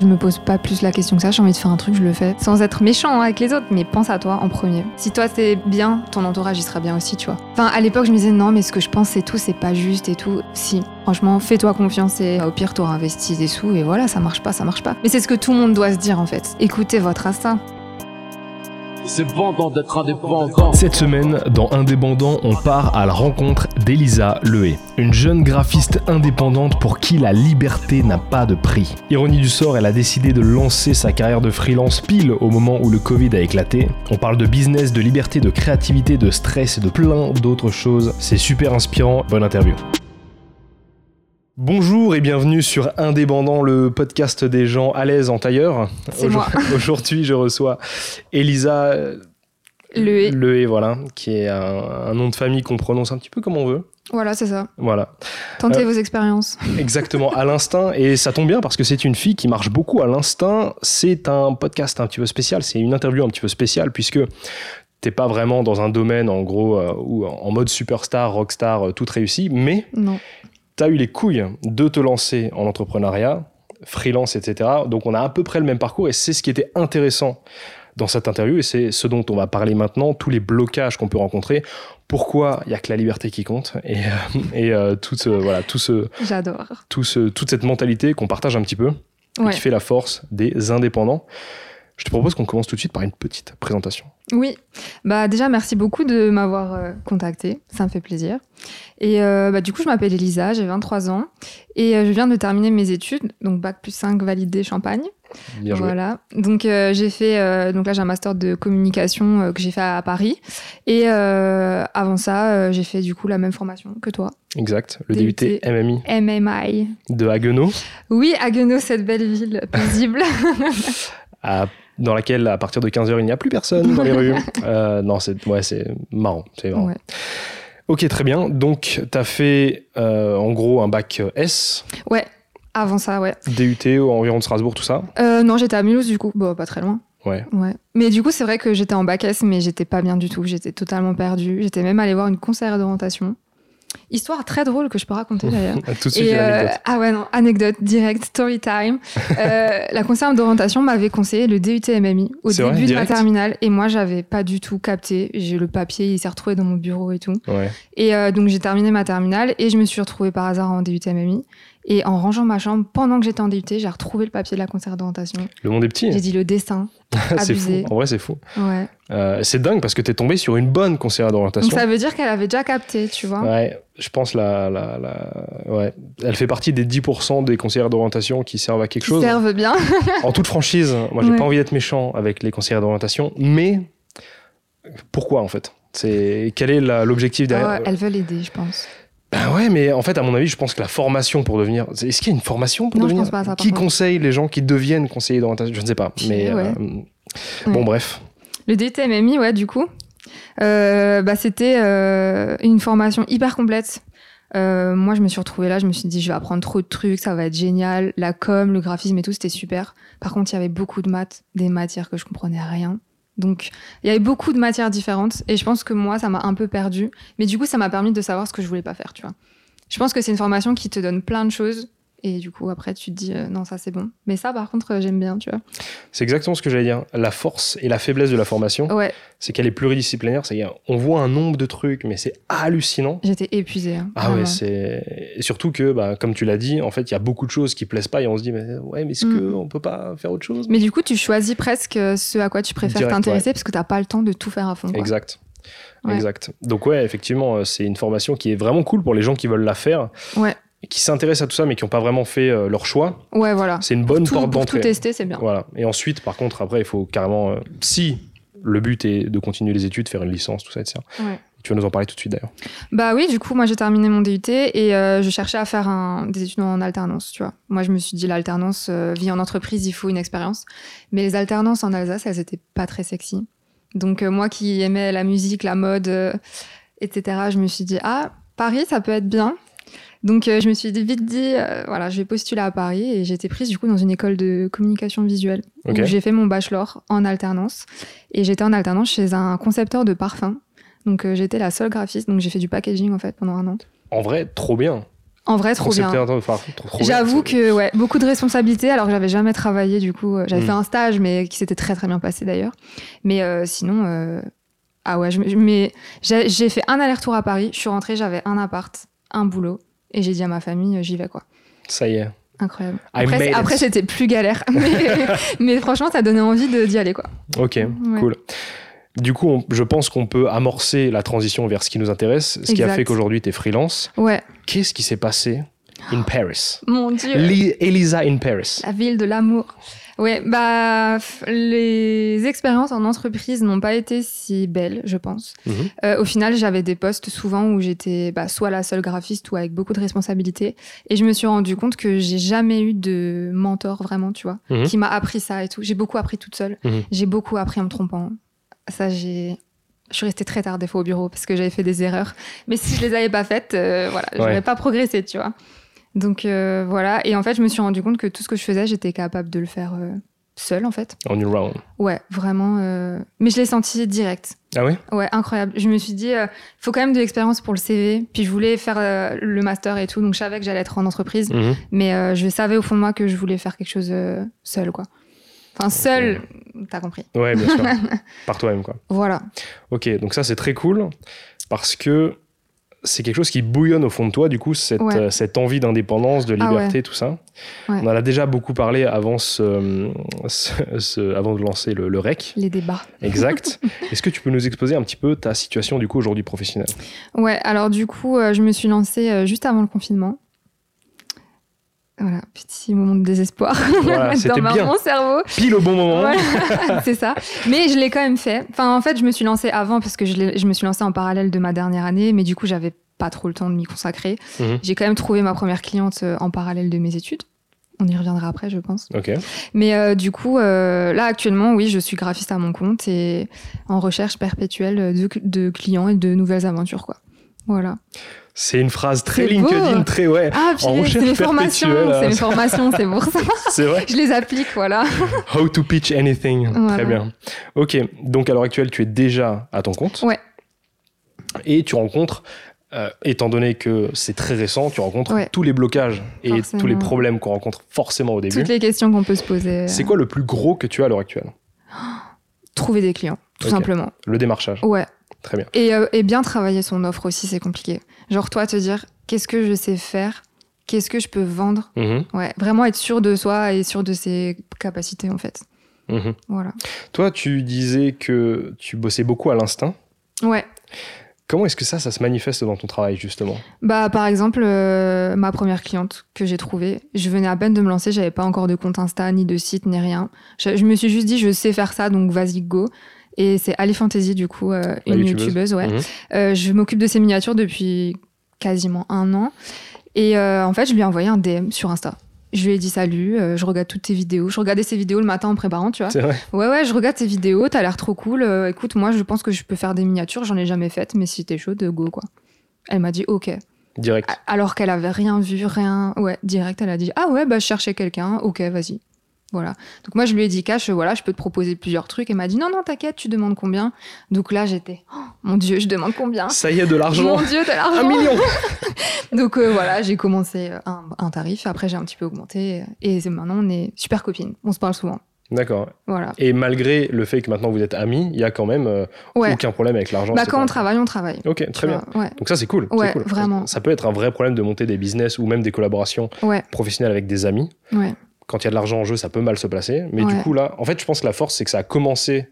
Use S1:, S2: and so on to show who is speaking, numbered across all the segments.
S1: Je me pose pas plus la question que ça, j'ai envie de faire un truc, je le fais. Sans être méchant hein, avec les autres, mais pense à toi en premier. Si toi c'est bien, ton entourage il sera bien aussi, tu vois. Enfin, à l'époque, je me disais non, mais ce que je pense c'est tout, c'est pas juste et tout. Si, franchement, fais-toi confiance et au pire, t'auras investi des sous et voilà, ça marche pas, ça marche pas. Mais c'est ce que tout le monde doit se dire en fait. Écoutez votre instinct.
S2: C'est pendant d'être indépendant.
S3: Cette semaine, dans Indépendant, on part à la rencontre d'Elisa Lehé, une jeune graphiste indépendante pour qui la liberté n'a pas de prix. Ironie du sort, elle a décidé de lancer sa carrière de freelance pile au moment où le Covid a éclaté. On parle de business, de liberté, de créativité, de stress et de plein d'autres choses. C'est super inspirant. Bonne interview. Bonjour et bienvenue sur Indépendant, le podcast des gens à l'aise en tailleur.
S1: C'est moi.
S3: Aujourd'hui- Aujourd'hui, je reçois Elisa
S1: Le et.
S3: Lehé, E, voilà, qui est un, un nom de famille qu'on prononce un petit peu comme on veut.
S1: Voilà, c'est ça.
S3: Voilà,
S1: Tentez vos expériences.
S3: exactement, à l'instinct. Et ça tombe bien parce que c'est une fille qui marche beaucoup à l'instinct. C'est un podcast un petit peu spécial, c'est une interview un petit peu spéciale puisque t'es pas vraiment dans un domaine en gros euh, ou en mode superstar, rockstar, euh, toute réussie, mais
S1: Non.
S3: t'as eu les couilles de te lancer en entrepreneuriat, freelance, etc. Donc on a à peu près le même parcours et c'est ce qui était intéressant dans cette interview et c'est ce dont on va parler maintenant, tous les blocages qu'on peut rencontrer, pourquoi il n'y a que la liberté qui compte et, euh, et euh, tout ce- voilà, tout ce,
S1: J'adore.
S3: tout ce- toute cette mentalité qu'on partage un petit peu et
S1: Ouais.
S3: qui fait la force des indépendants. Je te propose qu'on commence tout de suite par une petite présentation.
S1: Oui, bah déjà merci beaucoup de m'avoir euh, contactée, ça me fait plaisir. Et euh, bah, du coup je m'appelle Elisa, j'ai 23 ans et euh, je viens de terminer mes études, donc bac plus 5 validé Champagne.
S3: Bien joué.
S1: Voilà, donc euh, j'ai fait, euh, donc là j'ai un master de communication euh, que j'ai fait à Paris et euh, avant ça euh, j'ai fait du coup la même formation que toi,
S3: Exact. Le DUT,
S1: DUT.
S3: MMI
S1: MMI.
S3: de Haguenau,
S1: Oui, à Guenot, cette belle ville paisible.
S3: à- dans laquelle à partir de 15h il n'y a plus personne dans les rues. Euh, non, c'est ouais, c'est marrant. C'est marrant.
S1: Ouais.
S3: Ok, très bien. Donc, tu as fait euh, en gros un bac euh, S,
S1: ouais, avant ça ouais.
S3: DUT au environ de Strasbourg, tout ça.
S1: Euh, non j'étais à Mulhouse du coup, bon pas très loin.
S3: Ouais.
S1: Ouais. Mais du coup, c'est vrai que j'étais en bac S, mais j'étais pas bien du tout. J'étais totalement perdue. J'étais même allée voir une conseillère d'orientation. Histoire très drôle que je peux raconter d'ailleurs.
S3: tout de suite, une
S1: euh,
S3: anecdote.
S1: ah ouais, non, anecdote directe, story time. Euh, la conseillère d'orientation m'avait conseillé le DUT MMI au
S3: C'est
S1: début
S3: vrai,
S1: de
S3: direct
S1: ma terminale et moi, j'avais pas du tout capté. J'ai le papier, il s'est retrouvé dans mon bureau et tout.
S3: Ouais.
S1: Et euh, donc j'ai terminé ma terminale et je me suis retrouvée par hasard en DUT MMI. Et en rangeant ma chambre, pendant que j'étais en DUT, j'ai retrouvé le papier de la conseillère d'orientation.
S3: Le monde est petit. hein.
S1: J'ai dit le dessin.
S3: c'est fou.
S1: abusé.
S3: En vrai, c'est fou.
S1: Ouais.
S3: Euh, c'est dingue parce que t'es tombé sur une bonne conseillère d'orientation.
S1: Donc ça hein. veut dire qu'elle avait déjà capté, tu vois.
S3: Ouais, je pense la, la, la- ouais. Elle fait partie des 10% des conseillères d'orientation qui servent à quelque
S1: Qui
S3: chose.
S1: servent bien.
S3: En toute franchise, moi j'ai
S1: Ouais.
S3: pas envie d'être méchant avec les conseillères d'orientation, mais pourquoi en fait C'est quel est la- l'objectif derrière
S1: Oh, elles veulent aider, je pense.
S3: Ben ouais, mais en fait à mon avis, je pense que la formation pour devenir est-ce qu'il y a une formation pour
S1: Non, je
S3: devenir
S1: pense pas à ça, par
S3: qui
S1: contre.
S3: conseille les gens qui deviennent conseillers d'orientation Je ne sais pas,
S1: Je-
S3: mais euh,
S1: ouais.
S3: bon
S1: Ouais.
S3: bref.
S1: Le DTMMI, ouais, du coup, euh, bah, c'était euh, une formation hyper complète. Euh, moi, je me suis retrouvée là, je me suis dit, je vais apprendre trop de trucs, ça va être génial. La com, le graphisme et tout, c'était super. Par contre, il y avait beaucoup de maths, des matières que je comprenais rien. Donc, il y avait beaucoup de matières différentes. Et je pense que moi, ça m'a un peu perdu. Mais du coup, ça m'a permis de savoir ce que je voulais pas faire, tu vois. Je pense que c'est une formation qui te donne plein de choses. Et du coup, après, tu te dis, euh, non, ça c'est bon. Mais ça, par contre, euh, j'aime bien, tu vois.
S3: C'est exactement ce que j'allais dire. La force et la faiblesse de la formation,
S1: Ouais,
S3: c'est qu'elle est pluridisciplinaire. C'est on voit un nombre de trucs, mais c'est hallucinant.
S1: j'étais épuisée. hein,
S3: Ah ouais,
S1: vraiment.
S3: c'est et surtout que, bah, comme tu l'as dit, en fait, il y a beaucoup de choses qui plaisent pas et on se dit, mais ouais, mais est-ce
S1: Mm.
S3: qu'on peut pas faire autre chose
S1: Mais du coup, tu choisis presque euh, ce à quoi tu préfères
S3: Direct,
S1: t'intéresser parce que t'as pas le temps de tout faire à fond. quoi.
S3: Exact.
S1: Ouais.
S3: Exact. Donc ouais, effectivement, euh, c'est une formation qui est vraiment cool pour les gens qui veulent la faire,
S1: Ouais.
S3: et qui s'intéressent à tout ça, mais qui n'ont pas vraiment fait euh, leur choix.
S1: Ouais, voilà.
S3: C'est une bonne
S1: Tout-
S3: porte
S1: pour tout
S3: d'entrée.
S1: tester, c'est bien.
S3: Voilà. Et ensuite, par contre, après, il faut carrément, euh, si le but est de continuer les études, faire une licence, tout ça, etc.
S1: Ouais.
S3: Tu vas nous en parler tout de suite d'ailleurs.
S1: Bah oui, du coup, moi j'ai terminé mon DUT et euh, je cherchais à faire un- des études en alternance, tu vois. Moi, je me suis dit, l'alternance, euh, vie en entreprise, il faut une expérience. Mais les alternances en Alsace, elles étaient pas très sexy. Donc, euh, moi qui aimais la musique, la mode, euh, etc., je me suis dit, ah, Paris, ça peut être bien. Donc, euh, je me suis vite dit, euh, voilà, je vais postuler à Paris et j'ai été prise du coup dans une école de communication visuelle.
S3: Ok.
S1: où j'ai fait mon bachelor en alternance. Et j'étais en alternance chez un concepteur de parfums. Donc euh, j'étais la seule graphiste, donc j'ai fait du packaging en fait pendant un an.
S3: En vrai, trop bien.
S1: En vrai, trop bien.
S3: Concepteur, enfin, trop- trop bien.
S1: J'avoue que ouais, beaucoup de responsabilités alors que j'avais jamais travaillé du coup. euh, J'avais
S3: Mm.
S1: fait un stage mais qui s'était très très bien passé d'ailleurs. Mais euh, sinon, euh, ah ouais, je me- je- mais j'ai j'ai fait un aller-retour à Paris. Je suis rentrée, j'avais un appart, un boulot et j'ai dit à ma famille, euh, j'y vais quoi.
S3: Ça y est.
S1: Incroyable.
S3: I
S1: Après,
S3: made
S1: c'est-
S3: it.
S1: après, c'était plus galère, mais, mais franchement, ça donnait envie de- d'y aller quoi.
S3: Ok,
S1: Ouais.
S3: cool. Du coup, on- je pense qu'on peut amorcer la transition vers ce qui nous intéresse, ce qui a
S1: Exact.
S3: fait qu'aujourd'hui tu es freelance.
S1: Ouais,
S3: Qu'est-ce qui s'est passé in Paris
S1: mon dieu.
S3: Li- Elisa in Paris.
S1: La ville de l'amour. Ouais, bah f- les expériences en entreprise n'ont pas été si belles, je pense.
S3: Mhm.
S1: Euh, au final, j'avais des postes souvent où j'étais bah, soit la seule graphiste ou avec beaucoup de responsabilités, et je me suis rendu compte que j'ai jamais eu de mentor vraiment, tu vois,
S3: Mhm.
S1: qui m'a appris ça et tout. J'ai beaucoup appris toute seule.
S3: Mhm.
S1: J'ai beaucoup appris en me trompant. Ça, j'ai. Je suis restée très tard des fois au bureau parce que j'avais fait des erreurs. Mais si je les avais pas faites, euh, voilà, j'aurais pas progressé, tu vois. Donc euh, voilà. Et en fait, je me suis rendu compte que tout ce que je faisais, j'étais capable de le faire euh, seule, en fait.
S3: On your own.
S1: Ouais, vraiment. euh, Mais je l'ai senti direct.
S3: Ah ouais
S1: Ouais, incroyable. Je me suis dit, euh, faut quand même de l'expérience pour le CV. Puis je voulais faire euh, le master et tout, donc je savais que j'allais être en entreprise.
S3: Mhm.
S1: Mais euh, je savais au fond de moi que je voulais faire quelque chose euh, seule, quoi. Enfin, seule, t'as compris.
S3: Ouais, bien sûr. Par toi-même, quoi.
S1: Voilà.
S3: Ok, donc ça c'est très cool parce que c'est quelque chose qui bouillonne au fond de toi, du coup, cette,
S1: Ouais.
S3: euh, cette envie d'indépendance, de
S1: Ah
S3: liberté, tout ça.
S1: Ouais.
S3: On en a déjà beaucoup parlé avant, ce, ce- ce- avant de lancer le, le REC.
S1: Les débats.
S3: Exact. Est-ce que tu peux nous exposer un petit peu ta situation, du coup, aujourd'hui professionnelle
S1: Ouais, alors du coup, euh, je me suis lancée euh, juste avant le confinement. Voilà, petit moment de désespoir
S3: Voilà,
S1: dans
S3: c'était
S1: ma-
S3: bien. Oh.
S1: mon cerveau.
S3: Pile au bon moment.
S1: Voilà, c'est ça. Mais je l'ai quand même fait. Enfin, en fait, je me suis lancée avant parce que je, l'ai- je me suis lancée en parallèle de ma dernière année, mais du coup, j'avais pas trop le temps de m'y consacrer.
S3: Mhm.
S1: J'ai quand même trouvé ma première cliente euh, en parallèle de mes études. On y reviendra après, je pense.
S3: Ok.
S1: Mais euh, du coup, euh, là actuellement, oui, je suis graphiste à mon compte et en recherche perpétuelle de, de clients et de nouvelles aventures, quoi. Voilà.
S3: C'est une phrase très
S1: C'est beau.
S3: LinkedIn, très ouais.
S1: Ah,
S3: En
S1: puis c'est
S3: recherche
S1: mes formations,
S3: perpétuelle,
S1: c'est
S3: hein.
S1: mes formations, c'est pour ça.
S3: C'est vrai.
S1: Je les applique, voilà.
S3: How to pitch anything.
S1: Voilà.
S3: Très bien. Ok, donc à l'heure actuelle, tu es déjà à ton compte.
S1: Ouais.
S3: Et tu rencontres, euh, étant donné que c'est très récent, tu rencontres
S1: Ouais.
S3: tous les blocages et
S1: Forcément.
S3: tous les problèmes qu'on rencontre forcément au début.
S1: Toutes les questions qu'on peut se poser. euh,
S3: C'est quoi le plus gros que tu as à l'heure actuelle
S1: Trouver des clients, tout
S3: Ok.
S1: simplement.
S3: Le démarchage.
S1: Ouais.
S3: Très bien.
S1: Et, euh, et bien travailler son offre aussi, c'est compliqué. Genre toi, te dire qu'est-ce que je sais faire, qu'est-ce que je peux vendre.
S3: Mhm,
S1: Ouais, vraiment être sûr de soi et sûr de ses capacités, en fait.
S3: mhm.
S1: Voilà.
S3: Toi, tu disais que tu bossais beaucoup à l'instinct.
S1: Ouais.
S3: Comment est-ce que ça, ça se manifeste dans ton travail justement
S1: Bah, par exemple, euh, ma première cliente que j'ai trouvée, je venais à peine de me lancer, j'avais pas encore de compte Insta, ni de site, ni rien. Je, je me suis juste dit, je sais faire ça, donc vas-y, go. Et c'est Ali Fantasy, du coup, euh, une
S3: youtubeuse.
S1: youtubeuse, ouais.
S3: Mhm.
S1: Euh, je m'occupe de ses miniatures depuis quasiment un an. Et euh, en fait, je lui ai envoyé un DM sur Insta. Je lui ai dit salut, euh, je regarde toutes tes vidéos. Je regardais ses vidéos le matin en préparant, tu vois.
S3: C'est vrai.
S1: Ouais, ouais, je regarde tes vidéos, t'as l'air trop cool. Euh, écoute, moi, je pense que je peux faire des miniatures, j'en ai jamais faites, mais si t'es chaude, go, quoi. Elle m'a dit ok.
S3: Direct.
S1: A- Alors qu'elle avait rien vu, rien. Ouais, direct, elle a dit Ah ouais, bah je cherchais quelqu'un, ok, vas-y. Voilà. Donc moi, je lui ai dit Cash, voilà, je peux te proposer plusieurs trucs. Elle m'a dit Non, non, t'inquiète, tu demandes combien Donc là, j'étais Oh, Mon Dieu, je demande combien
S3: Ça y est, de l'argent.
S1: Mon Dieu, t'as
S3: Un
S1: l'argent
S3: million.
S1: Donc euh, voilà, j'ai commencé euh, un, un tarif, après j'ai un petit peu augmenté. euh, Et c'est- maintenant, on est super copines, on se parle souvent.
S3: D'accord.
S1: Voilà.
S3: Et malgré le fait que maintenant vous êtes amis, il y a quand même euh,
S1: Ouais.
S3: aucun problème avec l'argent.
S1: Bah
S3: etc.
S1: quand on travaille, on travaille.
S3: Ok,
S1: tu
S3: très bien.
S1: vois. Ouais,
S3: Donc ça c'est cool. c'est
S1: Ouais,
S3: cool.
S1: vraiment.
S3: Ça peut être un vrai problème de monter des business ou même des collaborations
S1: Ouais.
S3: professionnelles avec des amis.
S1: ouais.
S3: Quand il y a de l'argent en jeu, ça peut mal se placer. Mais du
S1: Ouais.
S3: coup là, en fait, je pense que la force c'est que ça a commencé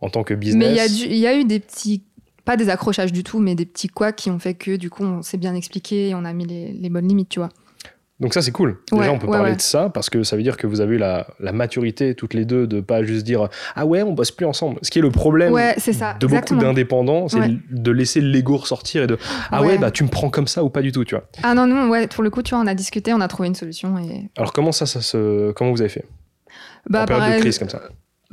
S3: en tant que business.
S1: Mais il y, a du- il y a eu des petits, pas des accrochages du tout, mais des petits couacs qui ont fait que du coup on s'est bien expliqué et on a mis les, les bonnes limites, tu vois.
S3: Donc ça c'est cool.
S1: Ouais,
S3: Déjà on peut
S1: ouais,
S3: parler
S1: ouais.
S3: de ça parce que ça veut dire que vous avez eu la, la maturité toutes les deux de pas juste dire ah ouais on bosse plus ensemble. Ce qui est le problème.
S1: Ouais, c'est ça.
S3: de beaucoup
S1: exactement.
S3: d'indépendants, c'est
S1: Ouais.
S3: de laisser l'ego ressortir et de ah ouais.
S1: Ouais.
S3: bah tu me prends comme ça ou pas du tout, tu vois.
S1: Ah non, non, ouais, pour le coup, tu vois, on a discuté, on a trouvé une solution et.
S3: Alors comment ça, ça se, comment vous avez fait
S1: Bah,
S3: en période
S1: pareil,
S3: de crise comme ça.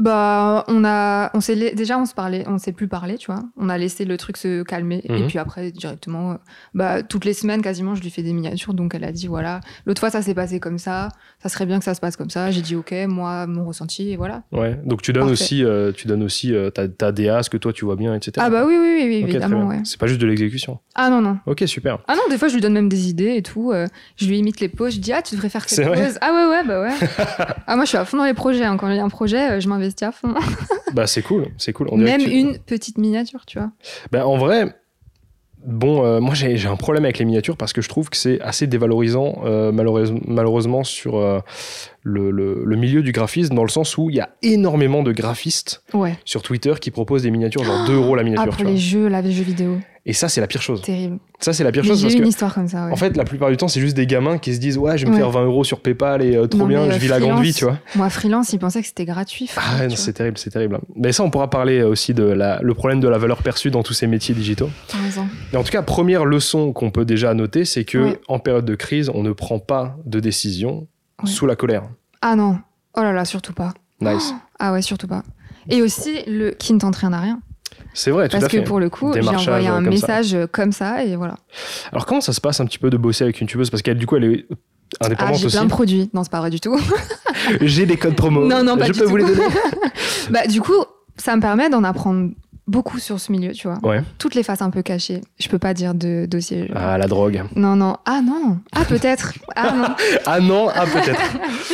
S1: Bah, on a, on s'est la- déjà, on se parlait, on s'est plus parlé, tu vois. On a laissé le truc se calmer, et
S3: Mhm.
S1: puis après directement, euh, bah toutes les semaines quasiment, je lui fais des miniatures. Donc elle a dit voilà, l'autre fois ça s'est passé comme ça, ça serait bien que ça se passe comme ça. J'ai dit ok, moi mon ressenti et voilà.
S3: Ouais. Donc tu donnes
S1: Parfait.
S3: aussi, euh, tu donnes aussi euh, ta, ta DA, ce que toi tu vois bien, etc.
S1: Ah bah oui oui oui, oui,
S3: Ok, très
S1: évidemment
S3: bien.
S1: ouais.
S3: C'est pas juste de l'exécution.
S1: Ah non non.
S3: Ok, super.
S1: Ah non, des fois je lui donne même des idées et tout. euh, je lui imite les poses. Je dis ah tu devrais faire
S3: C'est
S1: cette
S3: vrai
S1: pose. Ah ouais ouais bah ouais. ah moi je suis à fond dans les projets. hein. Quand il y a un projet, euh, je m'investis à fond.
S3: Bah c'est cool, c'est cool. On dirait
S1: Même
S3: que tu-
S1: une petite miniature, tu vois.
S3: Bah, en vrai, bon, euh, moi j'ai j'ai un problème avec les miniatures parce que je trouve que c'est assez dévalorisant euh, malheureuse- malheureusement sur euh, le, le- le milieu du graphisme dans le sens où il y a énormément de graphistes
S1: Ouais.
S3: sur Twitter qui proposent des miniatures genre 2 euros la
S1: Ah
S3: miniature.
S1: pour
S3: tu vois.
S1: les jeux, là, les jeux vidéo,
S3: Et ça c'est la pire chose.
S1: terrible.
S3: Ça c'est la pire
S1: Mais
S3: chose
S1: J'ai
S3: parce
S1: eu
S3: que
S1: une histoire comme ça. Ouais.
S3: en fait la plupart du temps c'est juste des gamins qui se disent ouais je vais me
S1: Ouais.
S3: faire 20 euros sur PayPal et euh, trop
S1: Non, mais,
S3: bien
S1: euh,
S3: je vis la grande
S1: freelance.
S3: vie tu vois.
S1: Moi, freelance, ils pensaient que c'était gratuit. frère,
S3: Ah
S1: tu
S3: non,
S1: vois.
S3: c'est terrible c'est terrible. Mais ça on pourra parler euh, aussi de la- le problème de la valeur perçue dans tous ces métiers digitaux.
S1: T'as raison.
S3: Mais en tout cas, première leçon qu'on peut déjà noter, c'est que
S1: Ouais.
S3: en période de crise, on ne prend pas de décision
S1: Ouais.
S3: sous la colère.
S1: Ah non. Oh là là, surtout pas.
S3: Nice.
S1: Ah ouais, surtout pas. Et aussi, le qui ne t'entraîne à rien.
S3: C'est vrai, tout
S1: Parce
S3: à
S1: que
S3: fait.
S1: pour le coup, j'ai
S3: Démarchage,
S1: envoyé
S3: euh,
S1: un
S3: comme ça.
S1: message euh, comme ça et voilà.
S3: Alors comment ça se passe un petit peu de bosser avec une tubeuse Parce qu'elle, du coup, elle est
S1: Ah,
S3: indépendante
S1: j'ai plein de
S3: aussi.
S1: produits. Non, c'est pas vrai du tout.
S3: J'ai des codes promo.
S1: Non, non, pas
S3: Je
S1: du
S3: peux
S1: tout.
S3: vous les donner.
S1: bah, du coup, ça me permet d'en apprendre beaucoup sur ce milieu, tu vois.
S3: Ouais.
S1: Toutes les faces un peu cachées. Je peux pas dire de dossier.
S3: Ah, la drogue.
S1: Non, non. Ah non. Ah, peut-être. ah non.
S3: Ah non, ah peut-être.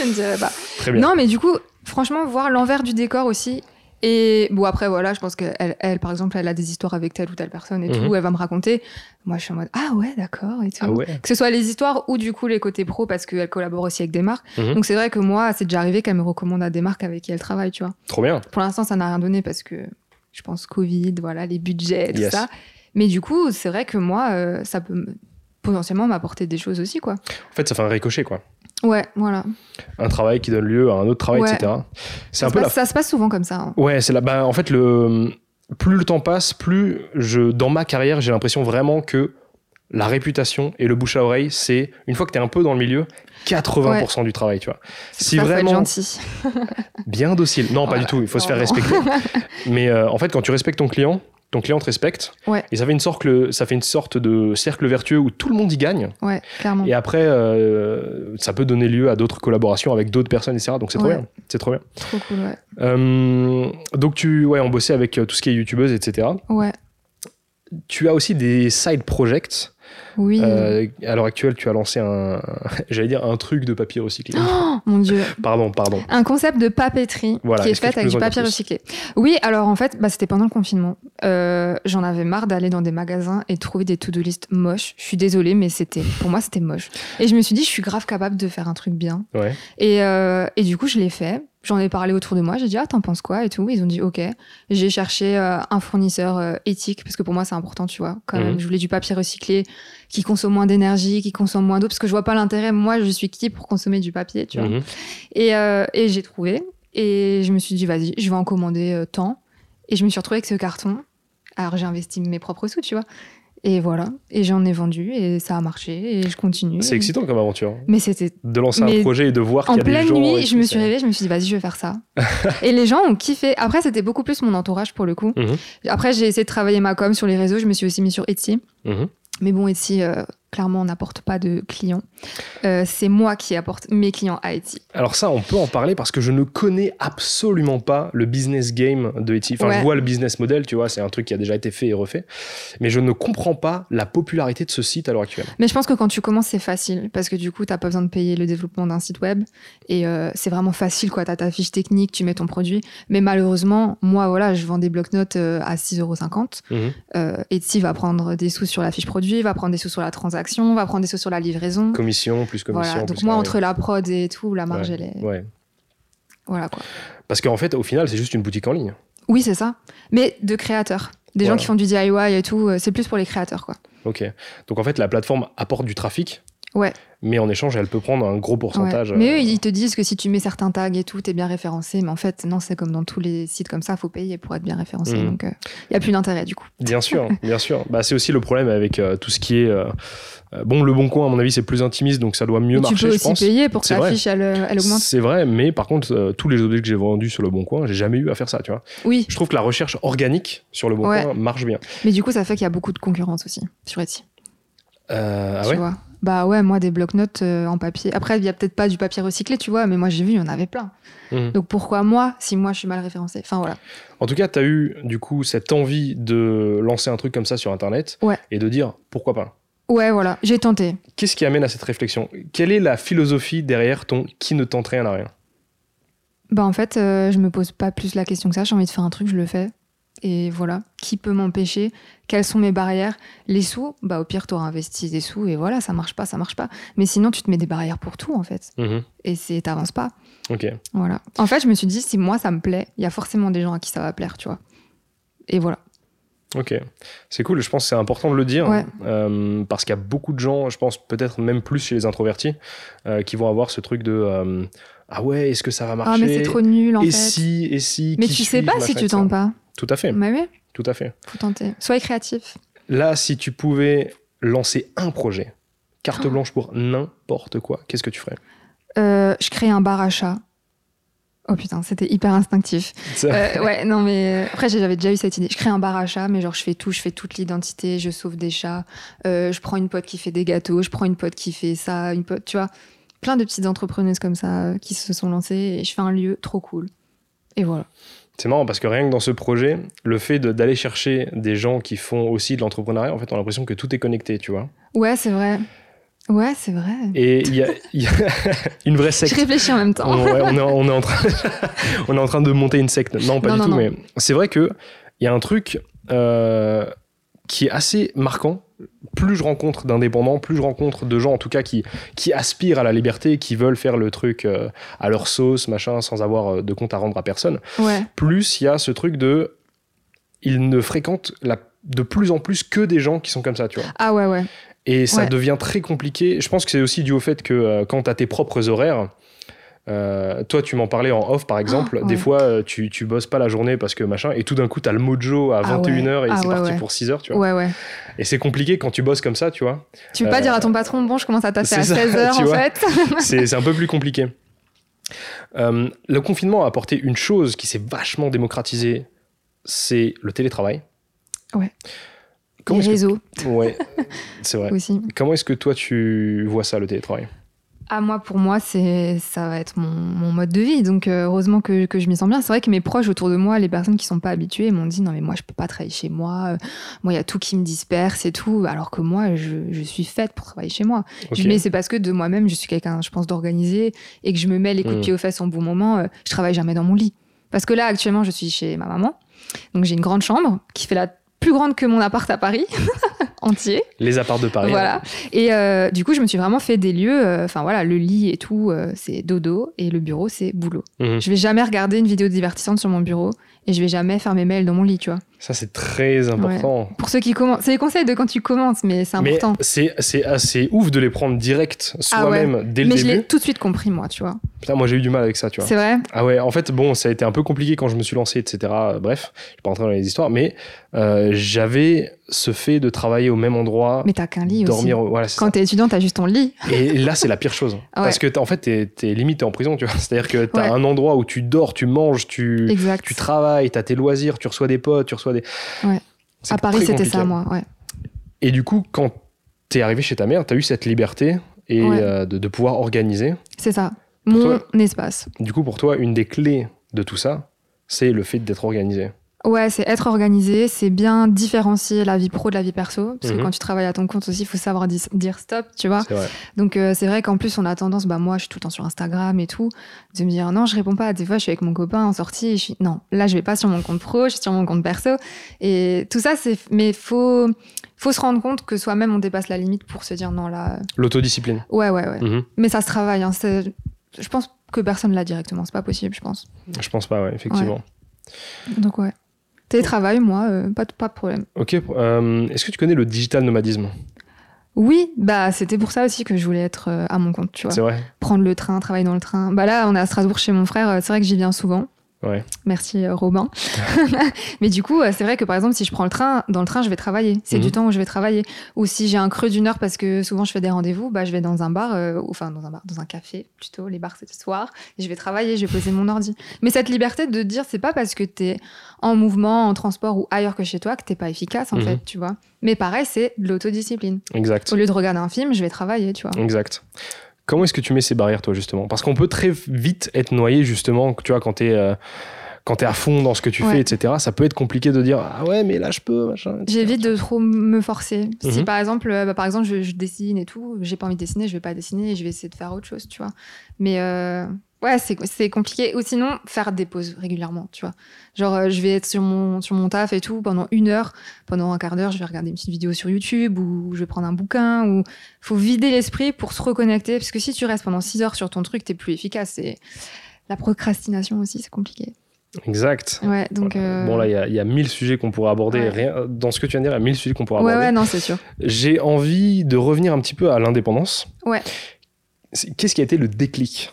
S1: Je ne dirais pas.
S3: Très bien.
S1: Non, mais du coup, franchement, voir l'envers du décor aussi. Et bon, après, voilà, je pense qu'elle, elle, par exemple, elle a des histoires avec telle ou telle personne et
S3: Mhm.
S1: tout, elle va me raconter. Moi, je suis en mode, ah ouais, d'accord, et tout.
S3: Ah ouais
S1: Que ce soit les histoires ou du coup les côtés pro, parce qu'elle collabore aussi avec des marques.
S3: Mhm.
S1: Donc, c'est vrai que moi, c'est déjà arrivé qu'elle me recommande à des marques avec qui elle travaille, tu vois.
S3: Trop bien.
S1: Pour l'instant, ça n'a rien donné parce que je pense Covid, voilà, les budgets, tout
S3: Yes.
S1: ça. Mais du coup, c'est vrai que moi, euh, ça peut me- potentiellement m'apporter des choses aussi, quoi.
S3: En fait, ça fait un ricochet, quoi.
S1: Ouais, voilà.
S3: Un travail qui donne lieu à un autre travail,
S1: Ouais.
S3: etc. C'est
S1: Ça,
S3: un
S1: se
S3: peu la
S1: passe, ça se passe souvent comme ça. hein.
S3: Ouais, c'est là. Bah, en fait, le plus le temps passe, plus je dans ma carrière, j'ai l'impression vraiment que la réputation et le bouche à oreille, c'est une fois que t'es un peu dans le milieu, 80% du travail, tu vois. Si
S1: Ça, faut être
S3: vraiment
S1: gentil. Oh.
S3: bien docile, non, pas
S1: Voilà.
S3: du tout, il faut se faire
S1: Non, non.
S3: respecter. Mais euh, en fait, quand tu respectes ton client, ton client te respecte,
S1: Ouais.
S3: et ça fait une sorte, que- ça fait une sorte de cercle vertueux où tout le monde y gagne.
S1: Ouais, clairement.
S3: Et après, euh, ça peut donner lieu à d'autres collaborations avec d'autres personnes, etc. Donc c'est trop
S1: Ouais.
S3: bien, c'est trop bien.
S1: Trop cool, ouais.
S3: Euh, donc tu, ouais, on bossait avec euh, tout ce qui est youtubeuse, etc.
S1: Ouais,
S3: Tu as aussi des side projects.
S1: oui.
S3: Euh, à l'heure actuelle, tu as lancé un, j'allais dire un truc de papier recyclé.
S1: Oh, mon Dieu.
S3: Pardon, pardon.
S1: Un concept de papeterie
S3: Voilà,
S1: qui est
S3: est-ce que tu
S1: fait
S3: peux
S1: avec
S3: nous
S1: du
S3: en dire
S1: papier
S3: plus
S1: recyclé. Oui, alors en fait, bah, c'était pendant le confinement. Euh, J'en avais marre d'aller dans des magasins et de trouver des to-do list moches. Je suis désolée, mais c'était pour moi, c'était moche. Et je me suis dit, je suis grave capable de faire un truc bien.
S3: Ouais.
S1: Et, euh, et du coup, je l'ai fait. J'en ai parlé autour de moi. J'ai dit, ah, t'en penses quoi et tout. Ils ont dit, ok. J'ai cherché euh, un fournisseur euh, éthique parce que pour moi, c'est important, tu vois. Quand
S3: Mhm.
S1: même, je voulais du papier recyclé qui consomme moins d'énergie, qui consomme moins d'eau parce que je vois pas l'intérêt. Moi, je suis qui pour consommer du papier, tu vois.
S3: Mhm.
S1: Et, euh, et j'ai trouvé. Et je me suis dit, vas-y, je vais en commander euh, tant. Et je me suis retrouvée avec ce carton. Alors j'ai investi mes propres sous, tu vois. Et voilà. Et j'en ai vendu et ça a marché et je continue.
S3: Ah, C'est excitant comme aventure hein,
S1: Mais c'était
S3: de lancer un
S1: Mais
S3: projet et de voir qu'il
S1: en
S3: y a des
S1: pleine
S3: gens.
S1: nuit,
S3: et
S1: je
S3: tout,
S1: me
S3: c'est-
S1: suis réveillée, je me suis dit, vas-y, je vais faire ça. et les gens ont kiffé. Après, c'était beaucoup plus mon entourage pour le coup.
S3: Mhm.
S1: Après, j'ai essayé de travailler ma com sur les réseaux. Je me suis aussi mis sur Etsy.
S3: Mhm.
S1: Mais bon, Etsy, euh, clairement, on n'apporte pas de clients. Euh, c'est moi qui apporte mes clients à Etsy.
S3: Alors ça, on peut en parler parce que je ne connais absolument pas le business game de Etsy. Enfin, je
S1: Ouais.
S3: vois le business model, tu vois, c'est un truc qui a déjà été fait et refait, mais je ne comprends pas la popularité de ce site à l'heure actuelle.
S1: Mais je pense que quand tu commences, c'est facile parce que du coup, t'as pas besoin de payer le développement d'un site web et euh, c'est vraiment facile quoi. T'as ta fiche technique, tu mets ton produit. Mais malheureusement, moi, voilà, je vends des blocs-notes euh, à 6,50
S3: Mhm.
S1: euros. Euh, Etsy va prendre des sous sur la fiche produit, va prendre des sous sur la transaction, va prendre des sous sur la livraison.
S3: Commission plus commission.
S1: voilà. Donc
S3: plus-
S1: moi,
S3: ouais.
S1: entre la prod et tout, la marge,
S3: Ouais.
S1: elle est.
S3: Ouais.
S1: Voilà quoi.
S3: Parce qu'en fait, au final, c'est juste une boutique en ligne.
S1: Oui, c'est ça. Mais de créateurs, des
S3: Voilà.
S1: gens qui font du DIY et tout, euh, c'est plus pour les créateurs quoi.
S3: Ok. Donc en fait, la plateforme apporte du trafic,
S1: Ouais.
S3: Mais en échange, elle peut prendre un gros pourcentage.
S1: Ouais. Mais
S3: euh,
S1: eux, ils te disent que si tu mets certains tags et tout, t'es bien référencé. Mais en fait, non, c'est comme dans tous les sites comme ça, faut payer pour être bien référencé.
S3: Mhm.
S1: Donc, il n'y a plus d'intérêt du coup.
S3: Bien sûr, bien sûr. Bah, c'est aussi le problème avec euh, tout ce qui est. euh, euh, bon, le bon coin, à mon avis, c'est plus intimiste, donc ça doit mieux
S1: Et
S3: marcher,
S1: tu peux
S3: je
S1: aussi
S3: pense.
S1: payer pour que
S3: C'est
S1: ta
S3: vrai.
S1: fiche, elle, euh, elle augmente.
S3: C'est vrai, mais par contre, euh, tous les objets que j'ai vendus sur le bon coin, j'ai jamais eu à faire ça, tu vois.
S1: Oui,
S3: Je trouve que la recherche organique sur le bon
S1: Ouais.
S3: coin marche bien.
S1: mais du coup, ça fait qu'il y a beaucoup de concurrence aussi sur Etsy.
S3: Euh, ah
S1: tu
S3: ouais
S1: vois. Bah ouais, moi, des bloc-notes euh, en papier. Après, il n'y a peut-être pas du papier recyclé, tu vois, mais moi, j'ai vu, il y en avait plein.
S3: Mhm.
S1: Donc pourquoi moi, si moi, je suis mal référencée Enfin, voilà.
S3: En tout cas, tu as eu, du coup, cette envie de lancer un truc comme ça sur Internet
S1: Ouais.
S3: et de dire pourquoi pas.
S1: Ouais, voilà, j'ai tenté.
S3: Qu'est-ce qui amène à cette réflexion Quelle est la philosophie derrière ton qui ne tente rien à rien
S1: Bah en fait, euh, je me pose pas plus la question que ça. J'ai envie de faire un truc, je le fais. Et voilà. Qui peut m'empêcher Quelles sont mes barrières Les sous Bah au pire, t'auras investi des sous et voilà, ça marche pas, ça marche pas. Mais sinon, tu te mets des barrières pour tout en fait.
S3: Mhm.
S1: Et c'est t'avances pas.
S3: Ok.
S1: Voilà. En fait, je me suis dit, si moi ça me plaît, il y a forcément des gens à qui ça va plaire, tu vois. Et voilà.
S3: Ok, c'est cool, je pense que c'est important de le dire,
S1: Ouais.
S3: euh, parce qu'il y a beaucoup de gens, je pense peut-être même plus chez les introvertis, euh, qui vont avoir ce truc de euh, Ah ouais, est-ce que ça va marcher
S1: Ah mais c'est trop nul en
S3: Et
S1: fait.
S3: si, et si
S1: mais
S3: qui
S1: tu sais
S3: suis-je,
S1: pas
S3: machin,
S1: si tu
S3: etc.
S1: tentes pas.
S3: Tout à fait,
S1: Mais oui,
S3: tout à fait.
S1: faut tenter. Soyez créatif.
S3: Là, si tu pouvais lancer un projet,
S1: Oh.
S3: carte blanche pour n'importe quoi, qu'est-ce que tu ferais
S1: Euh, je crée un bar à chat. Oh putain, c'était hyper instinctif.
S3: Ça-
S1: Euh, ouais, non, mais euh, après, j'ai- j'avais déjà eu cette idée. Je crée un bar à chats, mais genre, je fais tout. Je fais toute l'identité, je sauve des chats, euh, je prends une pote qui fait des gâteaux, je prends une pote qui fait ça, une pote, tu vois. Plein de petites entrepreneuses comme ça euh, qui se sont lancées et je fais un lieu trop cool. Et voilà.
S3: C'est marrant parce que rien que dans ce projet, le fait de- d'aller chercher des gens qui font aussi de l'entrepreneuriat, en fait, on a l'impression que tout est connecté, tu vois.
S1: Ouais, c'est vrai. Ouais, c'est vrai.
S3: Et il y a, il y a une vraie
S1: Je
S3: secte.
S1: réfléchis en même temps.
S3: On, ouais, on est, on est en train, on est en train de monter une secte. Non, pas
S1: Non,
S3: du
S1: non,
S3: tout,
S1: non.
S3: mais c'est vrai que il y a un truc euh, qui est assez marquant. Plus je rencontre d'indépendants, plus je rencontre de gens, en tout cas, qui, qui aspirent à la liberté, qui veulent faire le truc euh, à leur sauce, machin, sans avoir euh, de compte à rendre à personne.
S1: Ouais,
S3: Plus il y a ce truc de. Ils ne fréquentent la- de plus en plus que des gens qui sont comme ça, tu vois.
S1: ah ouais, ouais.
S3: Et ça
S1: Ouais.
S3: devient très compliqué. Je pense que c'est aussi dû au fait que euh, quand tu as tes propres horaires, euh, toi, tu m'en parlais en off par exemple,
S1: Ah,
S3: des
S1: ouais.
S3: fois euh, tu, tu bosses pas la journée parce que machin, et tout d'un coup tu as le mojo à
S1: Ah ouais.
S3: 21h et
S1: Ah
S3: c'est
S1: ouais,
S3: parti
S1: ouais.
S3: pour 6h, tu vois.
S1: Ouais, ouais.
S3: Et c'est compliqué quand tu bosses comme ça, tu vois.
S1: Tu peux pas
S3: Euh,
S1: dire à ton patron, bon, je commence à tasser
S3: c'est
S1: à
S3: ça,
S1: 16
S3: tu
S1: heures en
S3: vois.
S1: fait.
S3: C'est c'est un peu plus compliqué. Euh, le confinement a apporté une chose qui s'est vachement démocratisée, c'est le télétravail.
S1: Ouais.
S3: Comment
S1: Les
S3: est-ce
S1: réseaux
S3: que... Ouais, c'est vrai.
S1: aussi.
S3: Comment est-ce que toi tu vois ça, le télétravail
S1: Ah, moi, pour moi, c'est ça va être mon, mon mode de vie. Donc, euh, heureusement que, que je m'y sens bien. C'est vrai que mes proches autour de moi, les personnes qui sont pas habituées, m'ont dit non, mais moi, je peux pas travailler chez moi. Euh, Moi, il y a tout qui me disperse et tout. Alors que moi, je, je suis faite pour travailler chez moi.
S3: Ok.
S1: Je- Mais c'est parce que de moi-même, je suis quelqu'un, je pense, d'organisé et que je me mets les coups
S3: Mm.
S1: de pied aux fesses en bon moment. euh, je travaille jamais dans mon lit. Parce que là, actuellement, je suis chez ma maman. Donc, j'ai une grande chambre qui fait la plus grande que mon appart à Paris, entier.
S3: Les apparts de Paris.
S1: Voilà. Et euh, du coup, je me suis vraiment fait des lieux. euh, Enfin voilà, le lit et tout, euh, c'est dodo et le bureau, c'est boulot.
S3: Mhm.
S1: Je vais jamais regarder une vidéo divertissante sur mon bureau et je vais jamais faire mes mails dans mon lit, tu vois.
S3: Ça, c'est très important.
S1: Pour ceux qui commencent, c'est les conseils de quand tu commences, mais c'est
S3: Mais
S1: important. Ah
S3: c'est c'est assez ouf de les prendre direct soi-même dès le
S1: mais je
S3: début.
S1: l'ai tout de suite compris, moi, tu vois.
S3: Putain, moi j'ai eu du mal avec ça, tu vois.
S1: C'est vrai.
S3: Ah ouais, en fait, bon, ça a été un peu compliqué quand je me suis lancé, etc. Euh, Bref, je vais pas rentrer dans les histoires, mais euh, j'avais ce fait de travailler au même endroit,
S1: Mais t'as qu'un lit
S3: Ah. dormir,
S1: aussi.
S3: au- voilà, c'est
S1: Quand t'es étudiant, t'as juste ton lit.
S3: ça. Et là, c'est la pire chose,
S1: Ah ouais.
S3: parce que t'as- en fait, t'es es limite t'es en prison, tu vois. C'est-à-dire que t'as
S1: Ouais.
S3: un endroit où tu dors, tu manges, tu
S1: Exact.
S3: tu travailles, t'as tes loisirs, tu reçois des potes, tu reçois des.
S1: Ouais.
S3: C'est
S1: à Paris,
S3: très
S1: c'était ça,
S3: compliqué.
S1: moi. Ouais.
S3: Et du coup, quand t'es arrivé chez ta mère, t'as eu cette liberté et
S1: Ouais.
S3: euh, de, de pouvoir organiser.
S1: C'est ça.
S3: Pour
S1: Mon espace.
S3: Du coup, pour toi, une des clés de tout ça, c'est le fait d'être organisé.
S1: Ouais, c'est être organisé, c'est bien différencier la vie pro de la vie perso. Parce
S3: Mhm.
S1: que quand tu travailles à ton compte aussi, il faut savoir dis- dire stop, tu vois.
S3: C'est vrai.
S1: Donc euh, c'est vrai qu'en plus, on a tendance, bah moi, je suis tout le temps sur Instagram et tout, de me dire non, je réponds pas. Des fois, je suis avec mon copain en sortie, et je suis non, là, je vais pas sur mon compte pro, je suis sur mon compte perso. Et tout ça, c'est. Mais faut, faut se rendre compte que soi-même, on dépasse la limite pour se dire non, là. euh,
S3: L'autodiscipline.
S1: Ouais, ouais, ouais.
S3: Mhm.
S1: Mais ça se travaille. hein, c'est- je pense que personne l'a directement, c'est pas possible, je pense.
S3: Je pense pas, ouais, effectivement.
S1: Donc ouais. Télétravail, moi, euh, pas, de- pas de problème.
S3: Ok, euh, est-ce que tu connais le digital nomadisme
S1: Oui, bah c'était pour ça aussi que je voulais être euh, à mon compte, tu vois.
S3: C'est vrai.
S1: Prendre le train, travailler dans le train. Bah là, on est à Strasbourg chez mon frère, euh, c'est vrai que j'y viens souvent.
S3: Ouais.
S1: Merci euh, Robin. Mais du coup, euh, c'est vrai que par exemple, si je prends le train, dans le train, je vais travailler. C'est
S3: Mhm.
S1: du temps où je vais travailler. Ou si j'ai un creux d'une heure parce que souvent je fais des rendez-vous, bah je vais dans un bar, euh, ou- enfin dans un bar, dans un café plutôt. Les bars c'est le soir. Et je vais travailler, je vais poser mon ordi. Mais cette liberté de dire, c'est pas parce que t'es en mouvement, en transport ou ailleurs que chez toi que t'es pas efficace en
S3: Mhm.
S1: fait, tu vois. Mais pareil, c'est de l'autodiscipline.
S3: Exact.
S1: Au lieu de regarder un film, je vais travailler, tu vois.
S3: Exact. Comment est-ce que tu mets ces barrières, toi, justement Parce qu'on peut très vite être noyé, justement, tu vois, quand t'es. euh, quand t'es à fond dans ce que tu
S1: Ouais.
S3: fais, etc., ça peut être compliqué de dire Ah ouais, mais là je peux, machin. etc.
S1: J'évite de trop me forcer. Si
S3: Mhm.
S1: par exemple, euh, bah, par exemple, je, je dessine et tout, j'ai pas envie de dessiner, je vais pas dessiner et je vais essayer de faire autre chose, tu vois. Mais euh, ouais, c'est c'est compliqué. Ou sinon, faire des pauses régulièrement, tu vois. Genre, euh, je vais être sur mon, sur mon taf et tout pendant une heure, pendant un quart d'heure, je vais regarder une petite vidéo sur YouTube ou je vais prendre un bouquin. Ou faut vider l'esprit pour se reconnecter, parce que si tu restes pendant six heures sur ton truc, t'es plus efficace. Et la procrastination aussi, c'est compliqué.
S3: Exact.
S1: Ouais, donc. euh,
S3: Bon, là, il y a- il y, a mille sujets qu'on pourrait aborder.
S1: Ouais.
S3: Rien- euh, dans ce que tu viens de dire, il y a mille sujets qu'on pourrait
S1: ouais,
S3: aborder.
S1: ouais, non, c'est sûr.
S3: J'ai envie de revenir un petit peu à l'indépendance.
S1: Ouais.
S3: C'est- Qu'est-ce qui a été le déclic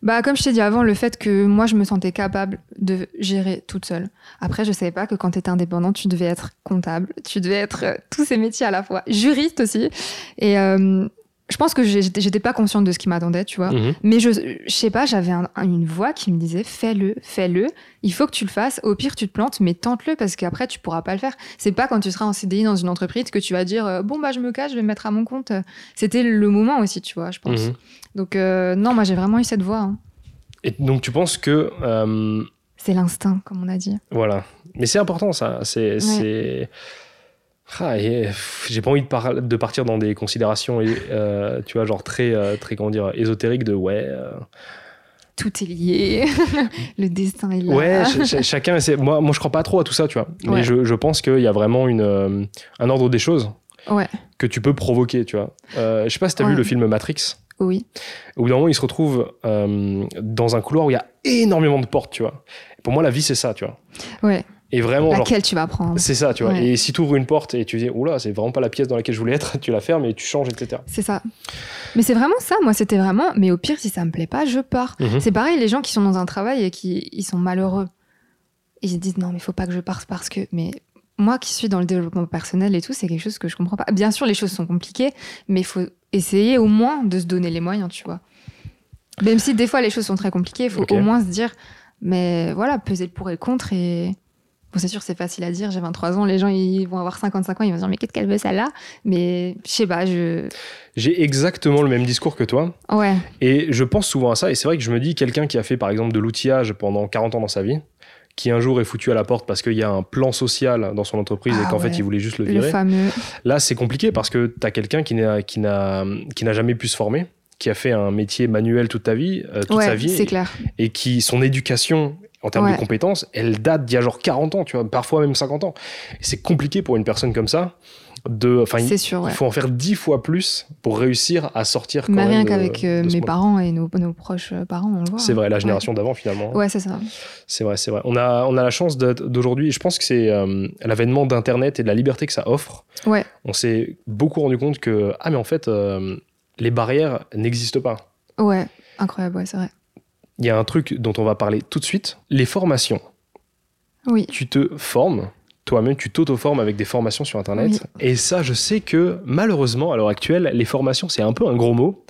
S1: Bah, comme je t'ai dit avant, le fait que moi, je me sentais capable de gérer toute seule. Après, je savais pas que quand tu étais indépendante, tu devais être comptable, tu devais être euh, tous ces métiers à la fois, juriste aussi. Et euh, je pense que j'ai- j'étais j'étais pas consciente de ce qui m'attendait, tu vois.
S3: Mhm.
S1: Mais Ah, je, je sais pas, j'avais un- un- une voix qui me disait fais-le, fais-le. Il faut que tu le fasses. Au pire, tu te plantes, mais tente-le parce qu'après, tu pourras pas le faire. C'est pas quand tu seras en CDI dans une entreprise que tu vas dire euh, bon bah je me cache, je vais me mettre à mon compte. C'était le moment aussi, tu vois, je pense.
S3: Mhm.
S1: Donc euh, non, moi j'ai vraiment eu cette voix. hein.
S3: Et donc, tu penses que. euh,
S1: C'est l'instinct, comme on a dit.
S3: Voilà. Mais c'est important, ça. C'est. c'est- Ah, et, pff, J'ai pas envie de, par- de partir dans des considérations, et, euh, tu vois, genre très, euh, très comment dire, ésotériques de ouais. euh,
S1: Tout est lié. le destin est là.
S3: ouais, ch- ch- chacun. essaie- Moi, moi, je crois pas trop à tout ça, tu vois. Mais
S1: Ouais.
S3: je, je pense qu'il y a vraiment une, euh, un ordre des choses
S1: Ouais.
S3: que tu peux provoquer, tu vois. Euh, je sais pas si t'as vu
S1: Ouais.
S3: le film Matrix.
S1: Oui.
S3: Au bout d'un moment, il se retrouve euh, dans un couloir où il y a énormément de portes, tu vois. Pour moi, la vie, c'est ça, tu vois.
S1: Ouais.
S3: Et vraiment, genre,
S1: Laquelle tu vas prendre
S3: C'est ça, tu vois.
S1: Ouais.
S3: Et si tu ouvres une porte et tu dis, oula, c'est vraiment pas la pièce dans laquelle je voulais être, tu la fermes et tu changes, etc.
S1: C'est ça. Mais c'est vraiment ça. Moi, c'était vraiment. Mais au pire, si ça me plaît pas, je pars.
S3: Mhm.
S1: C'est pareil, les gens qui sont dans un travail et qui ils sont malheureux. Ils se disent non, mais faut pas que je parte parce que. Mais moi qui suis dans le développement personnel et tout, c'est quelque chose que je comprends pas. Bien sûr, les choses sont compliquées, mais il faut essayer au moins de se donner les moyens, tu vois. Même si des fois les choses sont très compliquées, il faut
S3: Ok.
S1: au moins se dire, mais voilà, peser le pour et le contre et. Bon, c'est sûr, c'est facile à dire. J'ai 23 ans, les gens ils vont avoir 55 ans, ils vont se dire mais qu'est-ce qu'elle veut celle-là Mais je sais pas, je.
S3: J'ai exactement le même discours que toi.
S1: Ouais,
S3: Et je pense souvent à ça. Et c'est vrai que je me dis, quelqu'un qui a fait, par exemple, de l'outillage pendant 40 ans dans sa vie, qui un jour est foutu à la porte parce qu'il y a un plan social dans son entreprise et
S1: Ah
S3: qu'en
S1: ouais.
S3: fait, il voulait juste le
S1: le
S3: virer.
S1: fameux.
S3: Là, c'est compliqué parce que t'as quelqu'un qui n'a, qui, n'a, qui n'a jamais pu se former qui a fait un métier manuel toute ta vie, euh, toute sa
S1: Ouais,
S3: vie,
S1: c'est clair.
S3: et qui son éducation en termes
S1: Ouais.
S3: de compétences, elle date d'il y a genre 40 ans, tu vois, parfois même 50 ans. Et C'est compliqué pour une personne comme ça de enfin il
S1: C'est sûr, ouais.
S3: il faut en faire 10 fois plus pour réussir à sortir quand
S1: Mais
S3: même
S1: rien
S3: de-
S1: qu'avec euh,
S3: de ce
S1: mes
S3: monde.
S1: parents et nos, nos proches euh, parents, on le voit.
S3: C'est vrai, la génération d'avant finalement.
S1: Ouais, c'est ça.
S3: C'est vrai, c'est vrai. On a, on a la chance d'être- d'aujourd'hui, je pense que c'est euh, l'avènement d'Internet et de la liberté que ça offre.
S1: Ouais.
S3: On s'est beaucoup rendu compte que, ah mais en fait, euh, les barrières n'existent pas.
S1: Ouais, incroyable, ouais, c'est vrai.
S3: Il y a un truc dont on va parler tout de suite, les formations.
S1: Oui.
S3: tu te formes toi-même, tu t'auto-formes avec des formations sur Internet.
S1: Oui.
S3: Et ça, je sais que malheureusement, à l'heure actuelle, les formations, c'est un peu un gros mot,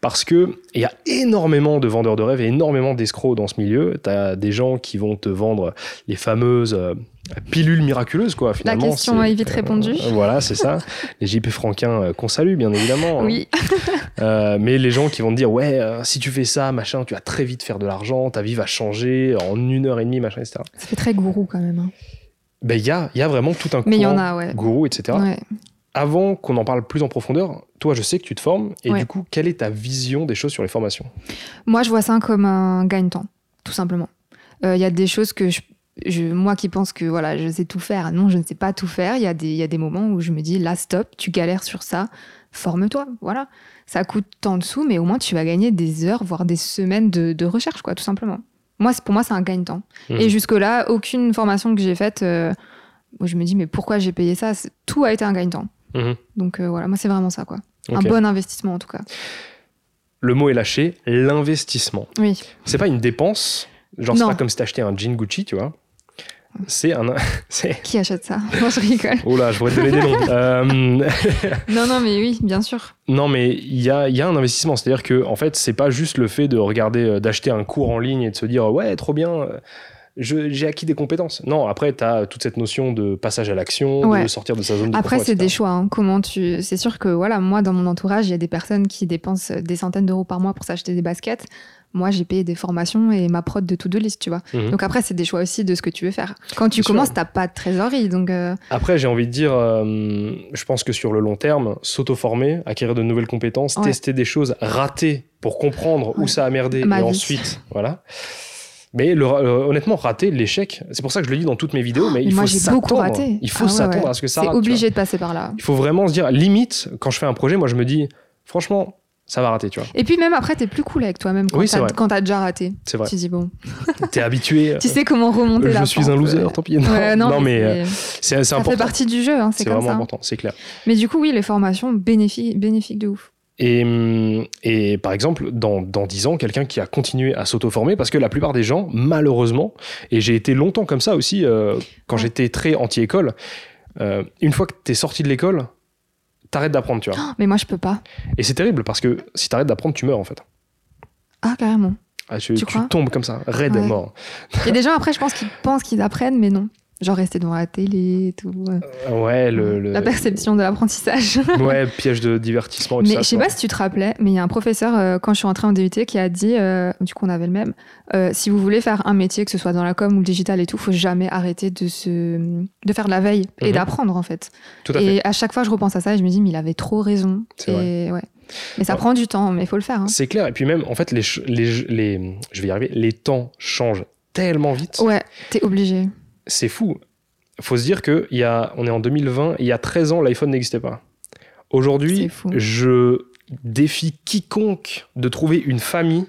S3: parce que il y a énormément de vendeurs de rêves et énormément d'escrocs dans ce milieu. Tu as des gens qui vont te vendre les fameuses euh, pilules miraculeuses, quoi, finalement.
S1: question
S3: c'est- Euh,
S1: est vite répondue.
S3: voilà, c'est ça. les JP Franquin euh, qu'on salue, bien évidemment.
S1: Oui,
S3: Euh, mais les gens qui vont te dire, ouais, euh, si tu fais ça, machin, tu vas très vite faire de l'argent, ta vie va changer en une heure et demie, machin, etc.
S1: ça fait très gourou quand même. hein.
S3: Ben, il y a, il y a vraiment tout un
S1: Mais il y
S3: courant
S1: en a, ouais.
S3: gourou, etc.
S1: Ouais.
S3: Avant qu'on en parle plus en profondeur, toi, je sais que tu te formes. Et
S1: Ouais.
S3: du coup, quelle est ta vision des choses sur les formations
S1: Moi, je vois ça comme un gagne-temps, tout simplement. Euh, Il y a des choses que je, je- moi qui pense que voilà, je sais tout faire. Ah Non, je ne sais pas tout faire. Il y, a des- il y a des moments où je me dis là, stop, tu galères sur ça, forme-toi. Voilà. Ça coûte tant de sous, mais au moins tu vas gagner des heures, voire des semaines de, de recherche, quoi, tout simplement. Moi, c'est- pour moi, c'est un gagne-temps.
S3: Mhm.
S1: Et jusque-là, aucune formation que j'ai faite, euh, où je me dis mais pourquoi j'ai payé ça C'est- Tout a été un gagne-temps.
S3: Mhm.
S1: Donc euh, voilà, moi c'est vraiment ça quoi.
S3: Ok.
S1: Un bon investissement en tout cas.
S3: Le mot est lâché, l'investissement.
S1: Oui.
S3: C'est pas une dépense, genre c'est
S1: Non.
S3: pas comme si t'achetais un jean Gucci, tu vois. C'est un. c'est-
S1: Qui achète ça Non, je rigole.
S3: Oh là, je pourrais te donner des noms. Euh,
S1: Non, non, mais oui, bien sûr.
S3: non, mais il y a, il y a un investissement. C'est-à-dire que, en fait, c'est pas juste le fait de regarder, euh, d'acheter un cours en ligne et de se dire ouais, trop bien. euh, je- J'ai acquis des compétences. Non, après, tu as toute cette notion de passage à l'action, de
S1: Ouais.
S3: sortir de sa zone de
S1: Après,
S3: confort,
S1: c'est
S3: etc.
S1: des choix. hein. Comment tu C'est sûr que voilà, moi dans mon entourage, il y a des personnes qui dépensent des centaines d'euros par mois pour s'acheter des baskets. Moi, j'ai payé des formations et ma prod de to-do list, tu vois.
S3: Mhm.
S1: Donc après, c'est des choix aussi de ce que tu veux faire. Quand tu
S3: Bien sûr.
S1: commences, t'as pas de trésorerie, donc euh,
S3: Après, j'ai envie de dire, euh, je pense que sur le long terme, s'auto-former, acquérir de nouvelles compétences,
S1: Ouais.
S3: tester des choses, rater pour comprendre où
S1: Ouais.
S3: ça a merdé
S1: Ma
S3: et
S1: vie.
S3: ensuite, voilà. Mais le ra- euh, honnêtement, rater l'échec, c'est pour ça que je le dis dans toutes mes vidéos, mais il
S1: moi
S3: faut
S1: j'ai beaucoup
S3: s'attendre.
S1: raté.
S3: Il
S1: Ah
S3: faut
S1: ouais,
S3: s'attendre
S1: ouais.
S3: à ce que ça
S1: C'est
S3: rate, tu vois.
S1: obligé de passer par là.
S3: Il faut vraiment se dire, limite, quand je fais un projet, moi je me dis, franchement, ça va rater, tu vois.
S1: Et puis même après, t'es plus cool avec toi-même quand
S3: Oui, c'est
S1: t'as
S3: vrai.
S1: quand t'as déjà raté.
S3: C'est vrai.
S1: Tu dis bon,
S3: T'es habitué.
S1: tu
S3: euh,
S1: sais comment remonter la
S3: je suis un
S1: pente.
S3: loser, tant pis. Non,
S1: Ouais, non,
S3: non, mais euh,
S1: c'est-
S3: c'est c'est
S1: ça fait
S3: important.
S1: partie du jeu, hein, c'est
S3: C'est
S1: comme
S3: vraiment
S1: ça.
S3: important, c'est clair.
S1: Mais du coup, oui, les formations bénéfiques, bénéfiques de ouf.
S3: Et, hum, et par exemple, dans, dans 10 ans, quelqu'un qui a continué à s'auto-former, parce que la plupart des gens, malheureusement, et j'ai été longtemps comme ça aussi, euh, quand
S1: Ouais.
S3: j'étais très anti-école, euh, une fois que t'es sorti de l'école, t'arrêtes d'apprendre, tu vois.
S1: Oh, Mais moi, je peux pas.
S3: Et c'est terrible, parce que si t'arrêtes d'apprendre, tu meurs, en fait.
S1: Ah, carrément.
S3: Ah, tu,
S1: Tu
S3: tu
S1: crois
S3: tombes comme ça, raide
S1: Ouais.
S3: mort.
S1: Il y a des gens, après, je pense, qui pensent qu'ils apprennent, mais non. Genre rester devant la télé et tout. euh,
S3: Ouais, Euh, le, le-
S1: La perception de l'apprentissage.
S3: ouais, piège de divertissement et tout
S1: mais
S3: Oh, ça,
S1: je sais
S3: tu
S1: pas si tu te rappelais, mais il y a un professeur, euh, quand je suis entrée en DUT, qui a dit, euh, du coup, on avait le même, euh, si vous voulez faire un métier, que ce soit dans la com ou le digital et tout, faut jamais arrêter de, se... de faire de la veille et
S3: Mhm.
S1: d'apprendre, en fait.
S3: vois. Tout à fait.
S1: et à chaque fois, je repense à ça et je me dis, mais il avait trop raison.
S3: C'est
S1: Et ouais. Mais ça
S3: Ouais.
S1: prend du temps, mais il faut le faire. hein.
S3: C'est clair, et puis même, en fait, les, ch- les, les, je vais y arriver, les temps changent tellement vite.
S1: Ouais, t'es obligé.
S3: c'est fou. Faut se dire que il y a, on est en 2020, il y a 13 ans, l'iPhone n'existait pas.
S1: C'est
S3: Aujourd'hui,
S1: fou.
S3: je défie quiconque de trouver une famille.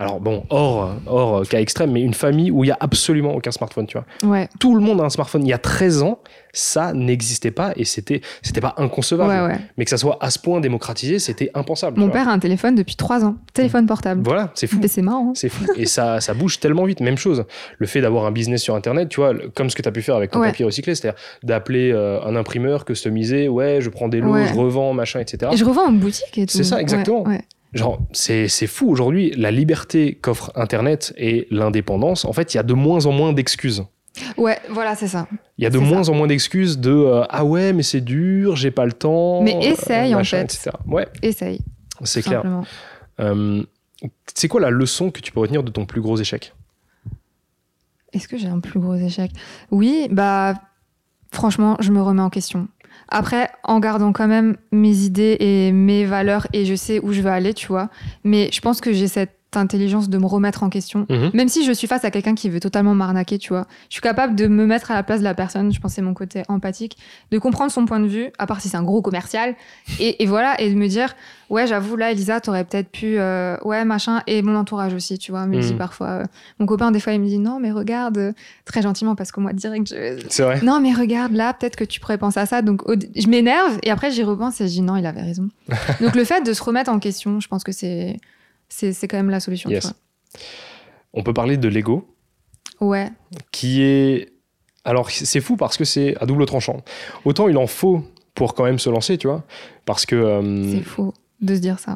S3: Alors bon, hors, hors cas extrême, mais une famille où il y a absolument aucun smartphone, tu vois.
S1: Ouais,
S3: Tout le monde a un smartphone. Il y a 13 ans, ça n'existait pas et c'était, c'était pas inconcevable.
S1: ouais, ouais.
S3: Mais que ça soit à ce point démocratisé, c'était impensable. tu
S1: Mon
S3: vois.
S1: père a un téléphone depuis trois ans. Téléphone portable.
S3: Voilà, c'est fou.
S1: Mais c'est marrant. hein.
S3: C'est fou. Et ça, ça bouge tellement vite. Même chose, le fait d'avoir un business sur Internet, tu vois, le- comme ce que tu as pu faire avec ton
S1: Ouais.
S3: papier recyclé, c'est-à-dire d'appeler euh, un imprimeur, customiser, ouais, je prends des lots,
S1: Ouais.
S3: je revends, machin, etc.
S1: Et je revends en boutique et tout.
S3: C'est ça, exactement.
S1: Ouais, ouais.
S3: Genre, c'est c'est fou aujourd'hui. La liberté qu'offre Internet et l'indépendance, en fait, il y a de moins en moins d'excuses.
S1: Ouais, voilà, c'est ça.
S3: Il y a de
S1: C'est ça.
S3: moins en moins d'excuses de euh, ah ouais, mais c'est dur, j'ai pas le temps. euh,
S1: Mais essaye, en fait.
S3: etc. Ouais,
S1: Essaye.
S3: c'est
S1: tout
S3: clair.
S1: simplement.
S3: Euh, c'est quoi la leçon que tu peux retenir de ton plus gros échec
S1: Est-ce que j'ai un plus gros échec Oui, bah franchement, je me remets en question. Après, en gardant quand même mes idées et mes valeurs et je sais où je veux aller, tu vois. Mais je pense que j'ai cette intelligence de me remettre en question.
S3: Mhm.
S1: Même si je suis face à quelqu'un qui veut totalement m'arnaquer, tu vois. Je suis capable de me mettre à la place de la personne, je pense que c'est mon côté empathique, de comprendre son point de vue, à part si c'est un gros commercial, et, et voilà, et de me dire, ouais, j'avoue, là, Elisa, t'aurais peut-être pu, euh, ouais, machin, et mon entourage aussi, tu vois, me dit
S3: Mhm.
S1: parfois, euh, mon copain, des fois, il me dit non, mais regarde, euh, très gentiment, parce que moi, direct, je.
S3: C'est vrai.
S1: Non, mais regarde, là, peut-être que tu pourrais penser à ça. Donc, au- je m'énerve et après, j'y repense et je dis non, il avait raison. Donc, le fait de se remettre en question, je pense que c'est. C'est c'est quand même la solution. tu
S3: Yes. On peut parler de l'ego.
S1: vois. Ouais.
S3: qui est. Alors, c'est fou parce que c'est à double tranchant. Autant il en faut pour quand même se lancer, tu vois. Parce que. euh,
S1: C'est faux de se dire ça.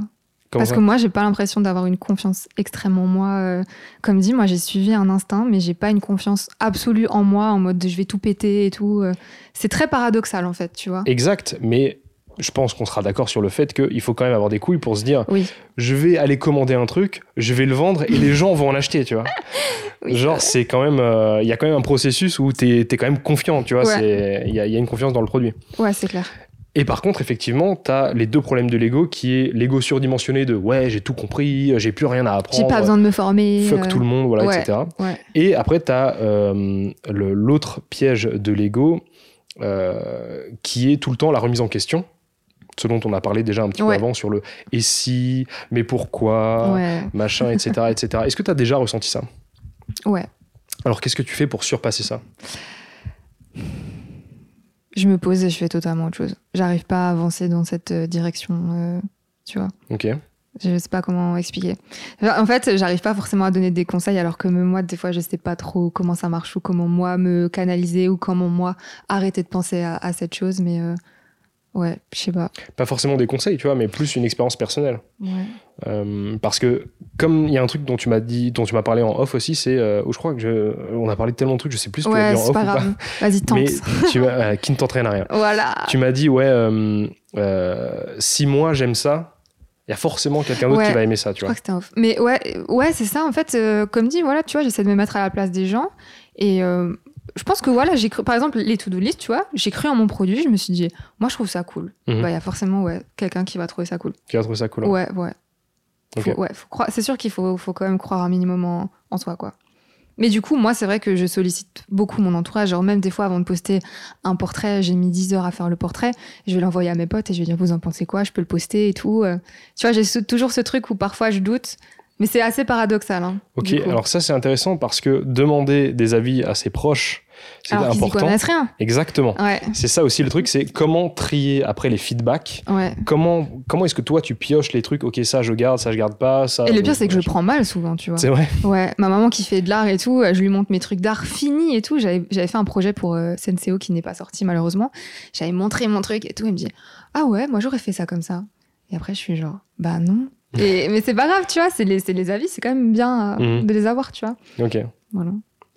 S3: comment
S1: Parce
S3: ça
S1: que moi, j'ai pas l'impression d'avoir une confiance extrême en moi. euh, Comme dit, moi, j'ai suivi un instinct, mais j'ai pas une confiance absolue en moi, en mode de je vais tout péter et tout. euh. C'est très paradoxal, en fait, tu vois.
S3: Exact, mais je pense qu'on sera d'accord sur le fait qu'il faut quand même avoir des couilles pour se dire
S1: Oui.
S3: je vais aller commander un truc, je vais le vendre et les gens vont en acheter, tu vois.
S1: Oui,
S3: Genre, c'est quand même. euh, Il y a quand même un processus où t'es es quand même confiant, tu vois.
S1: Ouais.
S3: c'est- Il y, a- il y a une confiance dans le produit.
S1: Ouais, c'est clair.
S3: Et par contre, effectivement, t'as les deux problèmes de l'ego qui est l'ego surdimensionné de ouais, j'ai tout compris, euh, j'ai plus rien à
S1: J'ai
S3: apprendre.
S1: pas besoin de me former.
S3: Oh, fuck
S1: euh,
S3: tout le monde, voilà,
S1: ouais,
S3: etc.
S1: ouais.
S3: Et après, tu as l'autre piège de l'ego euh, qui est tout le temps la remise en question. Ce dont on a parlé déjà un petit
S1: Ouais.
S3: peu avant sur le et si, mais pourquoi,
S1: euh, Ouais,
S3: machin, etc. etc. Est-ce que tu as déjà ressenti ça
S1: ouais.
S3: Alors qu'est-ce que tu fais pour surpasser ça
S1: je me pose et je fais totalement autre chose. J'arrive pas à avancer dans cette euh, direction, euh, tu vois.
S3: Ok.
S1: Je sais pas comment expliquer. En fait, j'arrive pas forcément à donner des conseils alors que me- moi, des fois, je sais pas trop comment ça marche ou comment moi me canaliser ou comment moi arrêter de penser à, à cette chose. Mais euh, ouais, je sais pas.
S3: Pas forcément des conseils, tu vois, mais plus une expérience personnelle.
S1: Ouais.
S3: Euh, parce que comme il y a un truc dont tu m'as dit, dont tu m'as parlé en off aussi, c'est euh, où je crois que je- on a parlé de tellement de trucs, je sais plus ce que tu as
S1: Ouais,
S3: dit en off
S1: c'est pas
S3: ou
S1: grave. Vas-y,
S3: pas.
S1: tente. Ah.
S3: Mais tu vois, euh, qui ne t'entraîne à rien.
S1: Voilà.
S3: Tu m'as dit ouais, euh, euh, si moi j'aime ça, il y a forcément quelqu'un d'autre
S1: Ouais.
S3: qui va aimer ça, tu
S1: Je crois
S3: vois.
S1: que c'était un off. Mais ouais, euh, ouais c'est ça, en fait. euh, comme dit, voilà, tu vois, j'essaie de me mettre à la place des gens. Et euh, je pense que, voilà, j'ai cru, par exemple, les to-do list, tu vois, j'ai cru en mon produit, je me suis dit, moi, je trouve ça cool. Bah,
S3: Mhm.
S1: Il y a forcément, ouais, quelqu'un qui va trouver ça cool.
S3: Qui va trouver ça cool. hein.
S1: Ouais, ouais.
S3: Ok.
S1: Faut- ouais, faut croire- c'est sûr qu'il faut, faut quand même croire un minimum en, en soi, quoi. Mais du coup, moi, c'est vrai que je sollicite beaucoup mon entourage. Genre, même des fois, avant de poster un portrait, j'ai mis 10 heures à faire le portrait. Je vais l'envoyer à mes potes et je vais dire, vous en pensez quoi Je peux le poster et tout. Euh, Tu vois, j'ai ce- toujours ce truc où parfois je doute. Mais c'est assez paradoxal. Hein,
S3: Ok,
S1: du coup.
S3: alors ça c'est intéressant parce que demander des avis à ses proches, c'est
S1: Alors qu'ils y
S3: important.
S1: connaissent Ah. rien.
S3: Exactement.
S1: Ouais,
S3: C'est ça aussi le truc, c'est comment trier après les feedbacks.
S1: ouais.
S3: Comment, comment est-ce que toi tu pioches les trucs Ok, ça je garde, ça je garde pas, ça. euh,
S1: Et le pire, c'est que je prends mal souvent, tu vois.
S3: C'est vrai.
S1: Ouais, ma maman qui fait de l'art et tout, euh, je lui montre mes trucs d'art finis et tout. J'avais j'avais fait un projet pour euh, Senseo qui n'est pas sorti malheureusement. J'avais montré mon truc et tout. Elle me dit Ah ouais, moi j'aurais fait ça comme ça. Et après, je suis genre Bah non. Et, mais c'est pas grave, tu vois, c'est les, c'est les avis, c'est quand même bien euh,
S3: Mhm.
S1: de les avoir, tu vois.
S3: Ok.
S1: Voilà,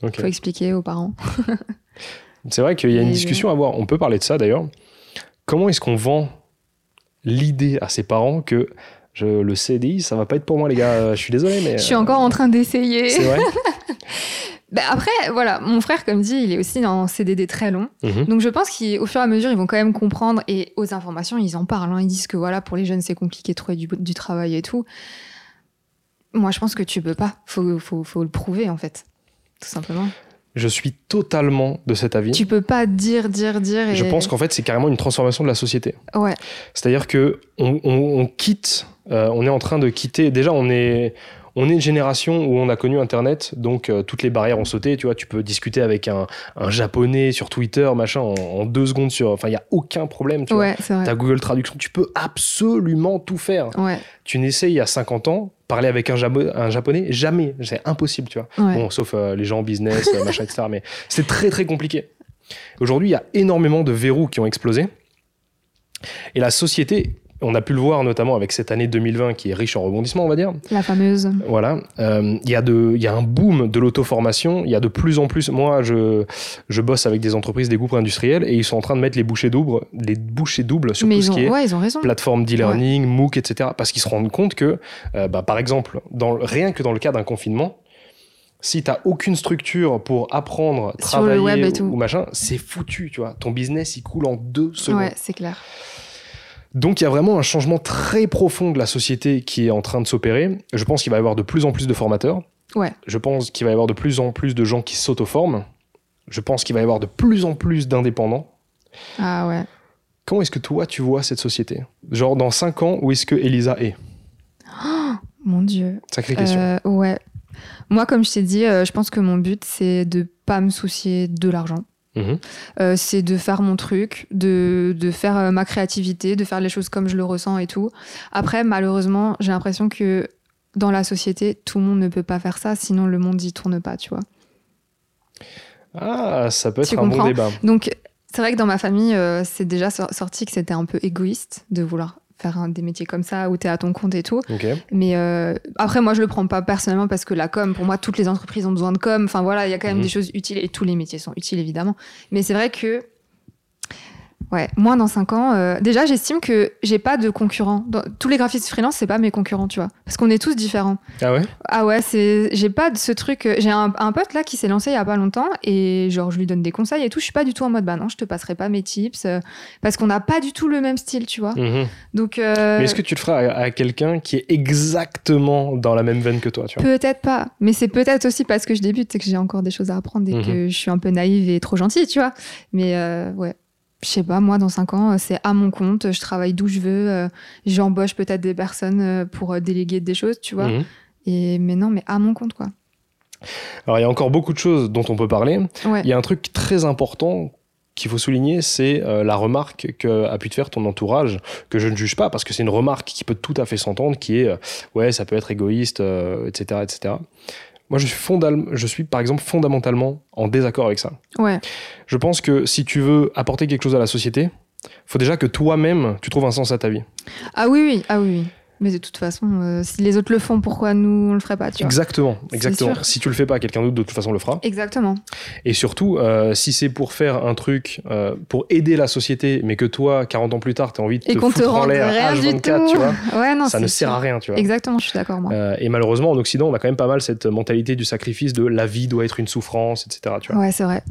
S3: ok.
S1: faut expliquer aux parents.
S3: C'est vrai qu'il y a une
S1: Et-
S3: discussion à avoir. On peut parler de ça d'ailleurs. Comment est-ce qu'on vend l'idée à ses parents que je, le CDI, ça va pas être pour moi, les gars. euh, Je suis désolé, mais.
S1: Je suis encore en train
S3: euh, C'est
S1: d'essayer.
S3: vrai.
S1: Bah après, voilà, mon frère, comme dit, il est aussi en CDD très long.
S3: Mhm.
S1: Donc je pense qu'au fur et à mesure, ils vont quand même comprendre et aux informations, ils en parlent. hein. Ils disent que voilà, pour les jeunes, c'est compliqué de trouver du, du travail et tout. Moi, je pense que tu peux pas. Faut, faut, faut le prouver en fait, tout simplement.
S3: Je suis totalement de cet avis.
S1: Tu peux pas dire, dire, dire. Et...
S3: Je pense qu'en fait, c'est carrément une transformation de la société.
S1: Ouais,
S3: C'est-à-dire que on, on- on quitte, euh, on est en train de quitter. Déjà, on est, on est une génération où on a connu Internet, donc euh, toutes les barrières ont sauté. Tu vois, tu peux discuter avec un, un japonais sur Twitter, machin, en, en deux secondes sur. Enfin, il y a aucun problème. Tu vois.
S1: ouais, c'est vrai.
S3: T'as Google Traduction, tu peux absolument tout faire.
S1: Ouais,
S3: Tu n'essayes il y a 50 ans, parler avec un, Jabo- un japonais, jamais. C'est impossible, tu vois.
S1: ouais.
S3: Bon, sauf euh, les gens en business, euh, machin, etc. Mais c'est très, très compliqué. Aujourd'hui, il y a énormément de verrous qui ont explosé. Et la société, on a pu le voir notamment avec cette année 2020 qui est riche en rebondissements, on va dire.
S1: La fameuse.
S3: Voilà. Euh, Il y, a de- il y a un boom de l'auto-formation. Il y a de plus en plus. Moi, je, je bosse avec des entreprises, des groupes industriels et ils sont en train de mettre les bouchées doubles, les bouchées doubles sur
S1: Mais
S3: tout ce
S1: ils
S3: qui est
S1: ont, ouais, ils ont raison.
S3: plateforme d'e-learning, MOOC, etc. Parce qu'ils se rendent compte que, euh, bah, par exemple, dans le- rien que dans le cas d'un confinement, si t'as aucune structure pour apprendre,
S1: Sur le
S3: travailler
S1: web et tout.
S3: ou, ou machin, c'est foutu, tu vois. Ton business, il coule en deux secondes.
S1: Ouais, c'est clair.
S3: Donc, il y a vraiment un changement très profond de la société qui est en train de s'opérer. Je pense qu'il va y avoir de plus en plus de formateurs.
S1: Ouais.
S3: Je pense qu'il va y avoir de plus en plus de gens qui s'auto-forment. Je pense qu'il va y avoir de plus en plus d'indépendants.
S1: Ah ouais.
S3: Comment est-ce que toi, tu vois cette société Genre, dans 5 ans, où est-ce que Elisa est
S1: Mon Dieu.
S3: Sacrée question.
S1: Euh, ouais. Moi, comme je t'ai dit, euh, je pense que mon but, c'est de pas me soucier de l'argent.
S3: Mhm.
S1: Euh, c'est de faire mon truc, de, de faire euh, ma créativité, de faire les choses comme je le ressens et tout. Après, malheureusement, j'ai l'impression que dans la société, tout le monde ne peut pas faire ça, sinon le monde y tourne pas, tu vois.
S3: Ah, ça peut être
S1: Tu
S3: un bon
S1: comprends
S3: débat.
S1: Donc, c'est vrai que dans ma famille, euh, c'est déjà sor- sorti que c'était un peu égoïste de vouloir faire un- des métiers comme ça où t'es à ton compte et tout.
S3: Ok.
S1: Mais euh, après, moi, je le prends pas personnellement parce que la com, pour moi, toutes les entreprises ont besoin de com. Enfin voilà, il y a quand même
S3: Mhm.
S1: des choses utiles et tous les métiers sont utiles évidemment. Mais c'est vrai que, ouais, moi, dans 5 ans, euh, déjà, j'estime que j'ai pas de concurrents. Dans- tous les graphistes freelance, c'est pas mes concurrents, tu vois, parce qu'on est tous différents.
S3: Ah ouais
S1: Ah ouais, c'est, j'ai pas de ce truc. euh, J'ai un, un pote là qui s'est lancé il y a pas longtemps et genre je lui donne des conseils et tout. Je suis pas du tout en mode bah non, je te passerai pas mes tips euh, parce qu'on n'a pas du tout le même style, tu vois.
S3: Mhm.
S1: Donc euh,
S3: Mais est-ce que tu le feras à, à quelqu'un qui est exactement dans la même veine que toi, tu vois
S1: Peut-être pas, mais c'est peut-être aussi parce que je débute, c'est que j'ai encore des choses à apprendre et
S3: Mhm.
S1: que je suis un peu naïve et trop gentille, tu vois. Mais euh, ouais, je sais pas, moi dans 5 ans, euh, c'est à mon compte, je travaille d'où je veux, euh, j'embauche peut-être des personnes euh, pour euh, déléguer des choses, tu vois.
S3: Mhm.
S1: Et mais non, mais à mon compte quoi.
S3: Alors, il y a encore beaucoup de choses dont on peut parler.
S1: Ouais.
S3: Il y a un truc très important qu'il faut souligner, c'est euh, la remarque que a pu te faire ton entourage, que je ne juge pas, parce que c'est une remarque qui peut tout à fait s'entendre, qui est euh, ouais, ça peut être égoïste, euh, etc., etc. Moi, je suis, fondal- je suis par exemple fondamentalement en désaccord avec ça.
S1: Ouais.
S3: Je pense que si tu veux apporter quelque chose à la société, faut déjà que toi-même tu trouves un sens à ta vie.
S1: Ah oui, oui, ah oui. oui. Mais de toute façon, euh, si les autres le font, pourquoi nous on le ferait pas, tu vois
S3: Exactement,
S1: C'est
S3: exactement.
S1: sûr.
S3: Si tu le fais pas, quelqu'un d'autre de toute façon le fera.
S1: Exactement.
S3: Et surtout, euh, si c'est pour faire un truc euh, pour aider la société, mais que toi, 40 ans plus tard, tu as envie de
S1: Et
S3: te
S1: qu'on
S3: foutre
S1: te
S3: en
S1: rende
S3: l'air
S1: rien
S3: H24,
S1: du tout.
S3: tu vois,
S1: ouais, non,
S3: ça ne
S1: c'est
S3: sert
S1: sûr.
S3: à rien, tu vois.
S1: Exactement, je suis d'accord, moi.
S3: Euh, et malheureusement, en Occident, on a quand même pas mal cette mentalité du sacrifice de la vie doit être une souffrance, etc. Tu vois.
S1: ouais, c'est vrai.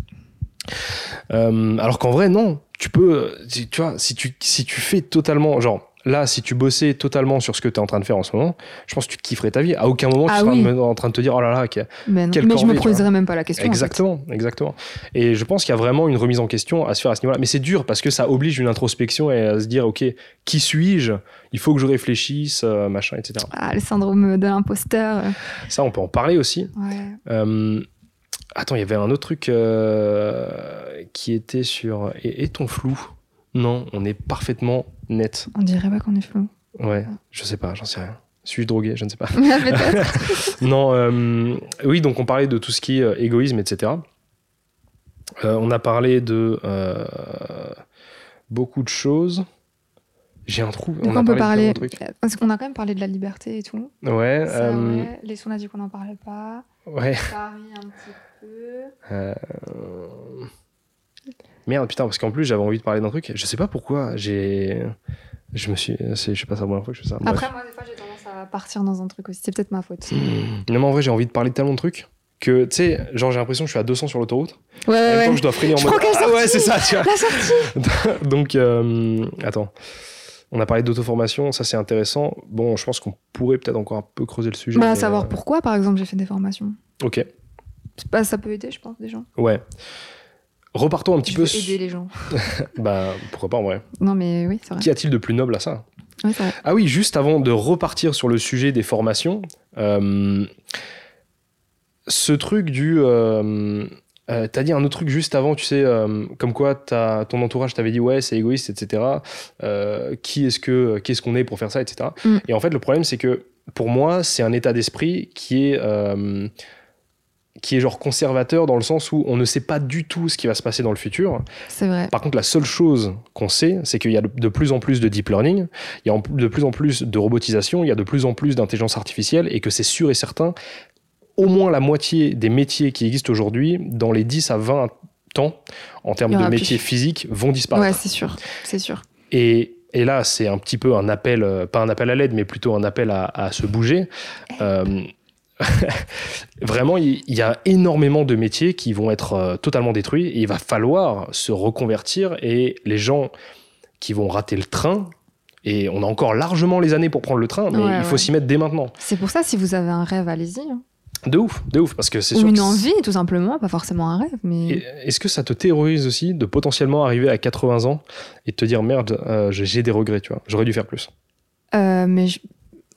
S3: Euh, alors qu'en vrai, non. Tu peux, euh, tu tu vois, si tu, si tu fais totalement, genre, là, si tu bossais totalement sur ce que tu es en train de faire en ce moment, je pense que tu kifferais ta vie. À aucun moment,
S1: Ah
S3: tu seras
S1: oui.
S3: en- en train de te dire, oh là là, ok.
S1: Mais, non.
S3: Quelle
S1: Mais je
S3: corvée,
S1: me
S3: tu vois.
S1: poserais même pas la question. en fait.
S3: Exactement, exactement. Et je pense qu'il y a vraiment une remise en question à se faire à ce niveau-là. Mais c'est dur parce que ça oblige une introspection et à se dire, ok, qui suis-je Il faut que je réfléchisse, euh, machin, etc.
S1: Ah, le syndrome de l'imposteur. euh,
S3: Ça, on peut en parler aussi.
S1: Ouais.
S3: Euh, attends, il y avait un autre truc euh, qui était sur. Et, et ton flou Non, on est parfaitement net.
S1: On dirait pas qu'on est flou.
S3: Ouais, je sais pas, j'en sais rien. Suis-je drogué Je ne sais pas.
S1: Ah, peut-être.
S3: non, euh, oui, donc on parlait de tout ce qui est euh, égoïsme, etc. Euh, on a parlé de euh, beaucoup de choses. J'ai un trou.
S1: De quoi
S3: a
S1: on peut parler
S3: parlé de plein de trucs.
S1: Parce qu'on a quand même parlé de la liberté et tout.
S3: Ouais.
S1: Ça,
S3: euh,
S1: ouais. Les sons, on a dit qu'on n'en parlait pas.
S3: ouais.
S1: Paris, un petit peu.
S3: Euh, Merde, putain, parce qu'en plus j'avais envie de parler d'un truc. Je sais pas pourquoi. J'ai. Je me suis. c'est- Je sais pas, c'est la première fois que je fais ça. Bref.
S1: Après, moi, des fois, j'ai tendance à partir dans un truc aussi. C'est peut-être ma faute.
S3: Non, mais en vrai, j'ai envie de parler de tellement de trucs que, tu sais, genre j'ai l'impression que je suis à 200 sur l'autoroute.
S1: Ouais,
S3: En même
S1: ouais,
S3: temps
S1: ouais.
S3: que je dois freiner en
S1: Je
S3: mode.
S1: crois qu'elle est
S3: Ah ouais,
S1: sortie
S3: c'est ça, tu vois.
S1: La sortie
S3: Donc, euh, attends. On a parlé d'auto-formation, ça c'est intéressant. Bon, je pense qu'on pourrait peut-être encore un peu creuser le sujet.
S1: Bah,
S3: mais,
S1: savoir
S3: euh,
S1: pourquoi, par exemple, j'ai fait des formations.
S3: Ok,
S1: C'est pas- ça peut aider, je pense, des gens.
S3: ouais. Repartons un petit
S1: Je
S3: peu.
S1: veux
S3: su-
S1: aider les Bah. gens.
S3: Bah, pourquoi pas en vrai.
S1: Non, mais oui, c'est vrai.
S3: Qu'y a-t-il de plus noble à ça
S1: Ouais, c'est vrai.
S3: Ah oui, juste avant de repartir sur le sujet des formations, euh, ce truc du. euh, euh, t'as dit un autre truc juste avant, tu sais, euh, comme quoi t'as- ton entourage t'avait dit ouais, c'est égoïste, etc. Euh, qui est-ce que qu'est-ce qu'on est pour faire ça, etc.
S1: Mm.
S3: Et en fait, le problème, c'est que pour moi, c'est un état d'esprit qui est. euh, qui est genre conservateur dans le sens où on ne sait pas du tout ce qui va se passer dans le futur.
S1: C'est vrai.
S3: Par contre, la seule chose qu'on sait, c'est qu'il y a de- de plus en plus de deep learning, il y a en- de plus en plus de robotisation, il y a de plus en plus d'intelligence artificielle et que c'est sûr et certain, au moins la moitié des métiers qui existent aujourd'hui, dans les 10 à 20 ans, en termes
S1: Il y
S3: de
S1: aura
S3: métiers
S1: plus.
S3: physiques, vont disparaître.
S1: Ouais, c'est sûr. C'est sûr.
S3: Et, et là, c'est un petit peu un appel, euh, pas un appel à l'aide, mais plutôt un appel à, à se bouger.
S1: Eh.
S3: Euh, vraiment, il il y, a énormément de métiers qui vont être euh, totalement détruits et il va falloir se reconvertir et les gens qui vont rater le train. Et on a encore largement les années pour prendre le train, mais
S1: Ouais,
S3: il faut
S1: ouais.
S3: s'y mettre dès maintenant.
S1: C'est pour ça, si vous avez un rêve, allez-y. hein.
S3: De ouf, de ouf, parce que c'est
S1: Ou
S3: sûr.
S1: une
S3: que-
S1: envie, tout simplement. Pas forcément un rêve, mais.
S3: Et Est-ce que ça te terrorise aussi de potentiellement arriver à 80 ans et de te dire merde, euh, j'ai des regrets, tu vois, j'aurais dû faire plus.
S1: Euh, mais je-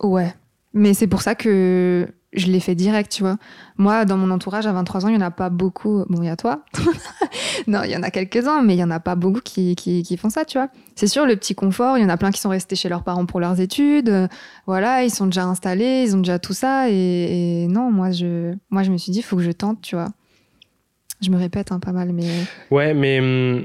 S1: ouais. Mais c'est pour ça que je l'ai fait direct, tu vois. Moi, dans mon entourage, à 23 ans, il n'y en a pas beaucoup. Bon, il y a toi. non, il y en a quelques-uns, mais il n'y en a pas beaucoup qui, qui, qui font ça, tu vois. C'est sûr, le petit confort, il y en a plein qui sont restés chez leurs parents pour leurs études. Euh, Voilà, ils sont déjà installés, ils ont déjà tout ça. Et, et non, moi je, moi, je me suis dit, il faut que je tente, tu vois. Je me répète hein, pas mal, mais
S3: Ouais, mais hum,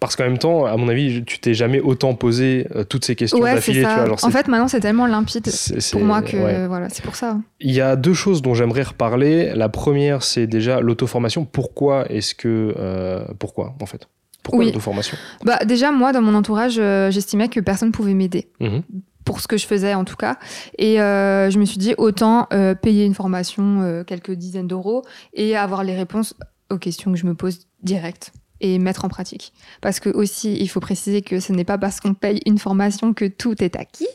S3: parce qu'en même temps, à mon avis, je- tu t'es jamais autant posé euh, toutes ces questions
S1: ouais, c'est
S3: d'affilée. Tu
S1: ça.
S3: vois, genre,
S1: en
S3: c'est-
S1: fait, maintenant, c'est tellement limpide
S3: c'est- c'est-
S1: pour moi que
S3: ouais.
S1: voilà, c'est pour ça. hein.
S3: Il y a deux choses dont j'aimerais reparler. La première, c'est déjà l'auto-formation. Pourquoi est-ce que euh, pourquoi en fait Pourquoi
S1: Oui.
S3: l'auto-formation
S1: Bah déjà moi dans mon entourage euh, j'estimais que personne pouvait m'aider
S3: Mhm.
S1: pour ce que je faisais en tout cas et euh, je me suis dit autant euh, payer une formation euh, quelques dizaines d'euros et avoir les réponses aux questions que je me pose direct et mettre en pratique parce que aussi il faut préciser que ce n'est pas parce qu'on paye une formation que tout est acquis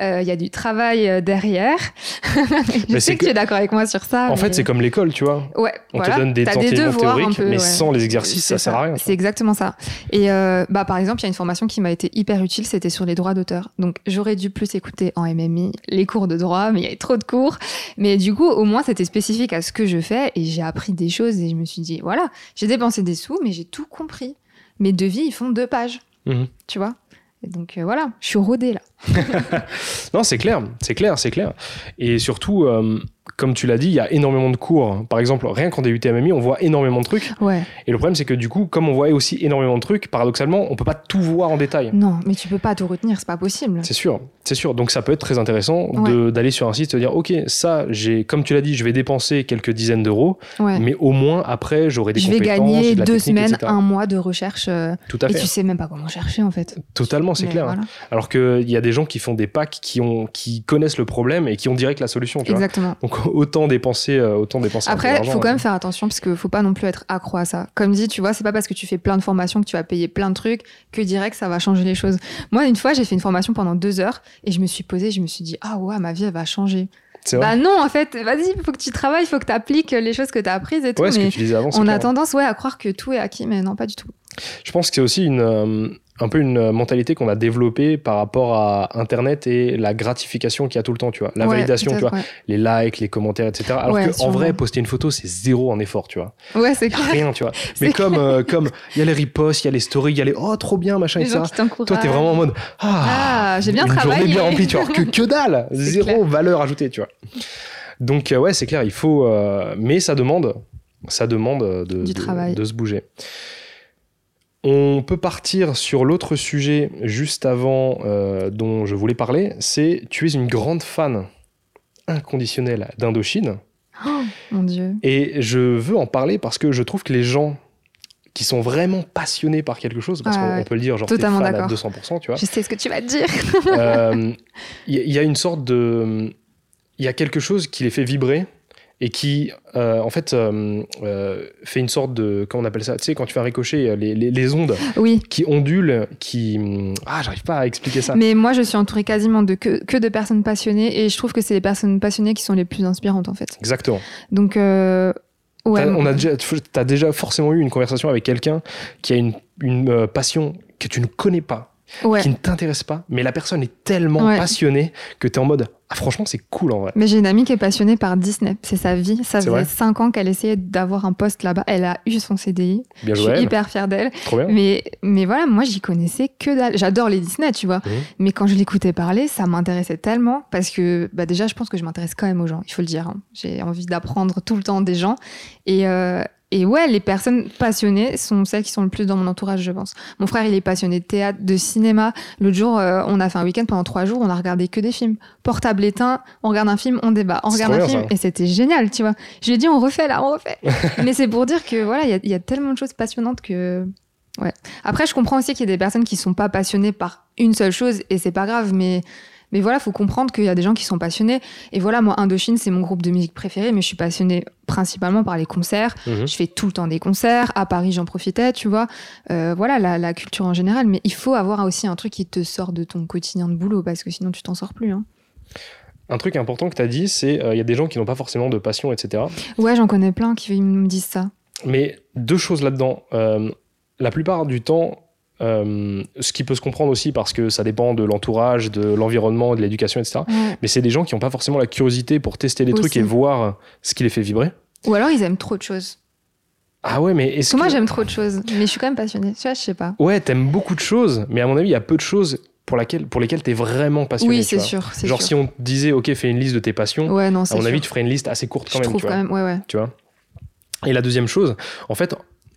S1: Euh, il y a du travail euh, derrière je
S3: Mais c'est
S1: sais que,
S3: que-
S1: tu es d'accord avec moi sur ça
S3: En fait, c'est comme l'école, tu vois.
S1: Ouais,
S3: On
S1: voilà.
S3: te donne des
S1: T'as
S3: enseignements
S1: devoirs un
S3: théoriques,
S1: peu, ouais.
S3: mais sans les exercices,
S1: C'est
S3: ça sert à rien, tu
S1: C'est exactement ça. Et euh, bah, par exemple, il y a une formation qui m'a été hyper utile, c'était sur les droits d'auteur. Donc j'aurais dû plus écouter en MMI les cours de droit, mais il y avait trop de cours. Mais du coup, au moins, c'était spécifique à ce que je fais et j'ai appris des choses et je me suis dit, voilà, j'ai dépensé des sous, mais j'ai tout compris. Mes devis, ils font deux pages,
S3: Mhm.
S1: tu vois. Et donc euh, voilà, je suis rodée là.
S3: Non, c'est clair, c'est clair, c'est clair. Et surtout, euh, comme tu l'as dit, il y a énormément de cours. Par exemple, rien qu'en DUT MMI, on voit énormément de trucs.
S1: Ouais.
S3: Et le problème, c'est que du coup, comme on voyait aussi énormément de trucs, paradoxalement, on peut pas tout voir en détail.
S1: Non, mais tu peux pas tout retenir, c'est pas possible.
S3: C'est sûr, c'est sûr. Donc ça peut être très intéressant de- d'aller sur un site et de dire, ok, ça, j'ai, comme tu l'as dit, je vais dépenser quelques dizaines d'euros,
S1: Ouais.
S3: mais au moins après, j'aurai des
S1: Je vais
S3: compétences, j'ai
S1: gagner
S3: de la
S1: deux
S3: technique,
S1: semaines,
S3: etc.
S1: un mois de recherche euh,
S3: Tout à
S1: et
S3: fait,
S1: tu sais même pas comment chercher en fait.
S3: totalement, c'est
S1: Mais
S3: clair.
S1: voilà.
S3: Alors qu'il y a des gens qui font des packs qui ont, qui connaissent le problème et qui ont direct la solution. Tu vois.
S1: Exactement.
S3: Donc autant dépenser, euh, autant dépenser. un peu
S1: Après, il
S3: d'argent,
S1: faut quand
S3: hein.
S1: même faire attention parce que faut pas non plus être accro à ça. Comme dit, tu vois, c'est pas parce que tu fais plein de formations que tu vas payer plein de trucs que direct ça va changer les choses. Moi, une fois, j'ai fait une formation pendant deux heures et je me suis posée, je me suis dit, ah ouais, ma vie elle va changer.
S3: hein. C'est vrai.
S1: Bah non, en fait, vas-y, faut que tu travailles, faut que tu appliques les choses que tu as apprises et tout.
S3: ouais, ce que
S1: mais
S3: tu disais avant. c'est
S1: on
S3: clair.
S1: a tendance, ouais, à croire que tout est acquis, mais non, pas du tout.
S3: Je pense que c'est aussi une, euh, un peu une euh, mentalité qu'on a développée par rapport à Internet et la gratification qu'il y a tout le temps, tu vois. La
S1: Ouais,
S3: validation, tu vois.
S1: peut-être,
S3: Les likes, les commentaires, etc. Alors
S1: Ouais,
S3: qu'en
S1: sûrement.
S3: vrai, poster une photo, c'est zéro en effort, tu vois.
S1: Ouais, Ouais, c'est
S3: Y a
S1: clair.
S3: Rien, tu vois. Mais
S1: C'est
S3: comme euh, comme il y a les reposts, il y a les stories, il y a les oh trop bien, machin,
S1: Les
S3: etc.
S1: gens qui t'encouragent.
S3: Toi, t'es vraiment en mode ah,
S1: Ah, j'ai bien
S3: une journée
S1: travaillé.
S3: bien remplie, tu vois. alors Que que dalle,
S1: C'est
S3: zéro valeur ajoutée, tu vois. Donc euh, ouais, c'est clair, il faut, euh, mais ça demande, ça demande euh, de,
S1: Du
S3: de-
S1: travail.
S3: de se bouger. On peut partir sur l'autre sujet juste avant euh, dont je voulais parler, c'est tu es une grande fan inconditionnelle d'Indochine.
S1: Oh, mon Dieu.
S3: Et je veux en parler parce que je trouve que les gens qui sont vraiment passionnés par quelque chose, parce
S1: Ouais,
S3: qu'on
S1: ouais.
S3: on peut le dire, genre t'es
S1: Totalement
S3: fan à
S1: d'accord.
S3: 200%, tu vois,
S1: Je sais ce que tu vas te dire.
S3: Euh, il y, a- il y a une sorte de... Il y a quelque chose qui les fait vibrer et qui, euh, en fait, euh, euh, fait une sorte de... Comment on appelle ça Tu sais, quand tu fais un ricochet, euh, les, les- les ondes
S1: Oui.
S3: qui ondulent, qui... Ah, j'arrive pas à expliquer ça.
S1: Mais moi, je suis entourée quasiment de que, que de personnes passionnées et je trouve que c'est les personnes passionnées qui sont les plus inspirantes en fait.
S3: Exactement.
S1: Donc, euh, ouais.
S3: T'as- on a déjà, t'as déjà forcément eu une conversation avec quelqu'un qui a une, une euh, passion que tu ne connais pas,
S1: ouais.
S3: qui ne t'intéresse pas, mais la personne est tellement
S1: Ouais.
S3: passionnée que t'es en mode Ah, franchement, c'est cool en vrai.
S1: Mais j'ai une amie qui est passionnée par Disney, c'est sa vie. Ça
S3: C'est vrai
S1: faisait 5 ans qu'elle essayait d'avoir un poste là-bas. Elle a eu son CDI.
S3: Bien
S1: Je
S3: joué,
S1: suis
S3: elle.
S1: hyper Mm. fière d'elle.
S3: trop bien.
S1: Mais, mais voilà, moi, j'y connaissais que dalle. J'adore les Disney, tu vois.
S3: Mhm.
S1: Mais quand je l'écoutais parler, ça m'intéressait tellement parce que bah déjà, je pense que je m'intéresse quand même aux gens, il faut le dire. hein. J'ai envie d'apprendre tout le temps des gens. Et, euh, et ouais, les personnes passionnées sont celles qui sont le plus dans mon entourage, je pense. Mon frère, il est passionné de théâtre, de cinéma. L'autre jour, euh, on a fait un week-end pendant trois jours, on a regardé que des films. Portable éteint, on regarde un film, on débat. On
S3: C'est
S1: regarde
S3: trop
S1: un
S3: bien,
S1: film,
S3: ça.
S1: et c'était génial, tu vois. Je lui ai dit, on refait là, on refait. Mais c'est pour dire que voilà, il y a- il y a tellement de choses passionnantes que. Après, je comprends aussi qu'il y a des personnes qui sont pas passionnées par une seule chose et c'est pas grave, mais mais voilà, faut comprendre qu'il y a des gens qui sont passionnés. Et voilà, moi, Indochine, c'est mon groupe de musique préféré, mais je suis passionnée principalement par les concerts.
S3: Mhm.
S1: Je fais tout le temps des concerts. À Paris, j'en profitais, tu vois. Euh, voilà, la, la culture en général. Mais il faut avoir aussi un truc qui te sort de ton quotidien de boulot, parce que sinon, tu t'en sors plus. hein.
S3: Un truc important que t'as dit, c'est euh, Il y a des gens qui n'ont pas forcément de passion, etc.
S1: Ouais, j'en connais plein qui me disent ça.
S3: Mais deux choses là-dedans. Euh, la plupart du temps, euh, ce qui peut se comprendre aussi parce que ça dépend de l'entourage, de l'environnement, de l'éducation, etc.
S1: Ouais.
S3: Mais c'est des gens qui n'ont pas forcément la curiosité pour tester les trucs
S1: Aussi.
S3: et voir ce qui les fait vibrer.
S1: Ou alors, ils aiment trop de choses.
S3: Ah ouais, mais
S1: Parce
S3: est-ce
S1: que moi,
S3: que-
S1: j'aime trop de choses, mais je suis quand même passionnée. Tu vois, je sais pas.
S3: Ouais, t'aimes beaucoup de choses, mais à mon avis, il y a peu de choses pour, laquelle, pour lesquelles t'es vraiment passionné.
S1: oui,
S3: tu
S1: c'est
S3: vois.
S1: sûr. c'est
S3: Genre
S1: sûr.
S3: si on te disait ok fais une liste de tes passions,
S1: Ouais, non,
S3: à
S1: c'est
S3: mon
S1: sûr.
S3: avis tu ferais une liste assez courte quand
S1: je
S3: même.
S1: trouve
S3: tu vois.
S1: quand même, ouais, ouais.
S3: tu vois. Et la deuxième chose, en fait,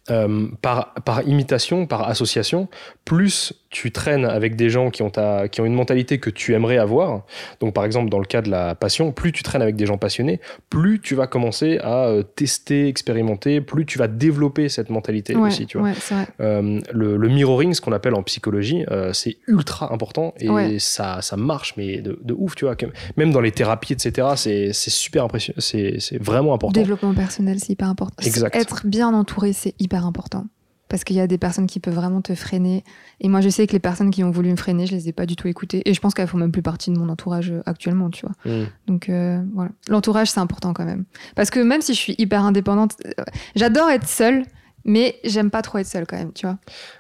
S3: euh, par, par imitation, par association, plus tu traînes avec des gens qui ont, ta, qui ont une mentalité que tu aimerais avoir, donc par exemple dans le cas de la passion, plus tu traînes avec des gens passionnés, plus tu vas commencer à euh, tester, expérimenter, plus tu vas développer cette mentalité
S1: ouais,
S3: aussi, tu vois.
S1: ouais, c'est vrai.
S3: Euh, le, le mirroring, ce qu'on appelle en psychologie, euh, c'est ultra important et
S1: Ouais.
S3: ça, ça marche, mais de, de ouf, tu vois. que- Même dans les thérapies, etc., c'est c'est super impressionnant, c'est c'est vraiment important.
S1: Développement personnel, c'est hyper important. S-
S3: Exact.
S1: Être bien entouré, c'est hyper important. Parce qu'il y a des personnes qui peuvent vraiment te freiner. Et moi, je sais que les personnes qui ont voulu me freiner, je les ai pas du tout écoutées. Et je pense qu'elles font même plus partie de mon entourage euh, actuellement, tu vois.
S3: Mm.
S1: Donc euh, voilà. L'entourage, c'est important quand même. Parce que même si je suis hyper indépendante, euh, j'adore être seule. Mais j'aime pas trop être seule quand même, tu vois.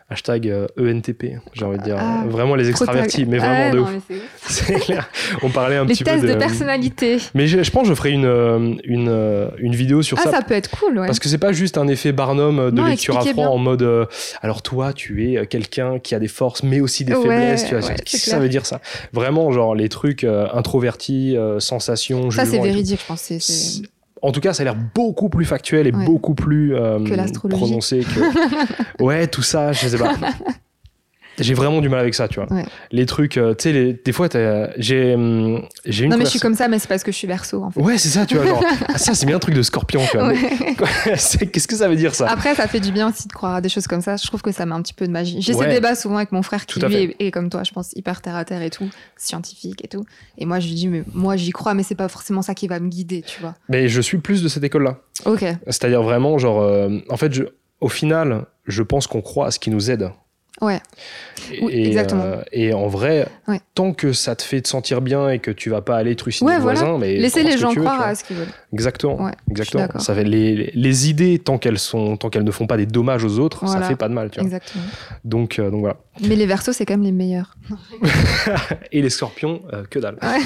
S3: Hashtag euh, ENTP, j'ai envie de dire.
S1: Ah.
S3: vraiment les extravertis, mais vraiment
S1: Ah,
S3: de
S1: non,
S3: ouf.
S1: mais c'est ouf.
S3: C'est clair. On parlait un
S1: Les
S3: petit peu euh,
S1: tests de personnalité.
S3: Mais je, je pense que je ferai une, euh, une, euh, une vidéo sur
S1: Ah,
S3: ça.
S1: ça peut être cool, ouais.
S3: Parce que c'est pas juste un effet Barnum euh, de
S1: Non,
S3: lecture à
S1: expliquez
S3: froid
S1: bien.
S3: en mode euh, alors toi tu es euh, quelqu'un qui a des forces mais aussi des
S1: Ouais,
S3: faiblesses. Tu vois,
S1: ouais,
S3: Qu'est-ce
S1: c'est
S3: que ça
S1: clair.
S3: veut dire ça Vraiment genre les trucs euh, introvertis, euh, sensations.
S1: ça,
S3: jugements
S1: c'est
S3: et tout.
S1: véridique, je pense. c'est- c'est-
S3: C'est- En tout cas, ça a l'air beaucoup plus factuel et
S1: Ouais.
S3: beaucoup plus euh,
S1: Que l'astrologie.
S3: prononcé que- ouais, tout ça, je sais pas. J'ai vraiment du mal avec ça, tu vois.
S1: Ouais.
S3: Les trucs, euh, tu sais, les- des fois, t'as- j'ai hum, j'ai une
S1: Non, mais je suis
S3: conversa-
S1: comme ça, mais c'est parce que je suis verso, en fait.
S3: Ouais, c'est ça, tu vois. Genre, ah, ça, c'est bien un truc de scorpion, tu vois. Mais
S1: Ouais. Ah.
S3: c'est- Qu'est-ce que ça veut dire, ça
S1: Après, ça fait du bien aussi de croire à des choses comme ça. Je trouve que ça met un petit peu de magie. J'ai
S3: Ouais.
S1: ces débats souvent avec mon frère qui,
S3: Tout à
S1: lui, est, est comme toi, je pense, hyper terre à terre et tout, scientifique et tout. Et moi, je lui dis, mais moi, j'y crois, mais c'est pas forcément ça qui va me guider, tu vois.
S3: Mais je suis plus de cette école-là.
S1: Ok.
S3: C'est-à-dire vraiment, genre, euh, en fait, je, au final, je pense qu'on croit à ce qui nous aide.
S1: Ouais.
S3: Et,
S1: Oui, exactement.
S3: euh, et en vrai,
S1: Ouais.
S3: tant que ça te fait te sentir bien et que tu vas pas aller trucider
S1: Ouais,
S3: le
S1: voilà.
S3: voisin, mais
S1: Laissez
S3: prends
S1: les
S3: ce que
S1: gens
S3: tu veux,
S1: croire
S3: tu vois.
S1: à ce qu'ils veulent.
S3: Exactement.
S1: Ouais, je suis
S3: exactement.
S1: d'accord.
S3: Ça fait les, les idées tant qu'elles sont tant qu'elles ne font pas des dommages aux autres, ça
S1: Voilà.
S3: fait pas de mal, tu vois.
S1: Exactement.
S3: Donc euh, donc voilà.
S1: Mais les versos, c'est quand même les meilleurs.
S3: Et les scorpions, euh, que dalle.
S1: Ouais.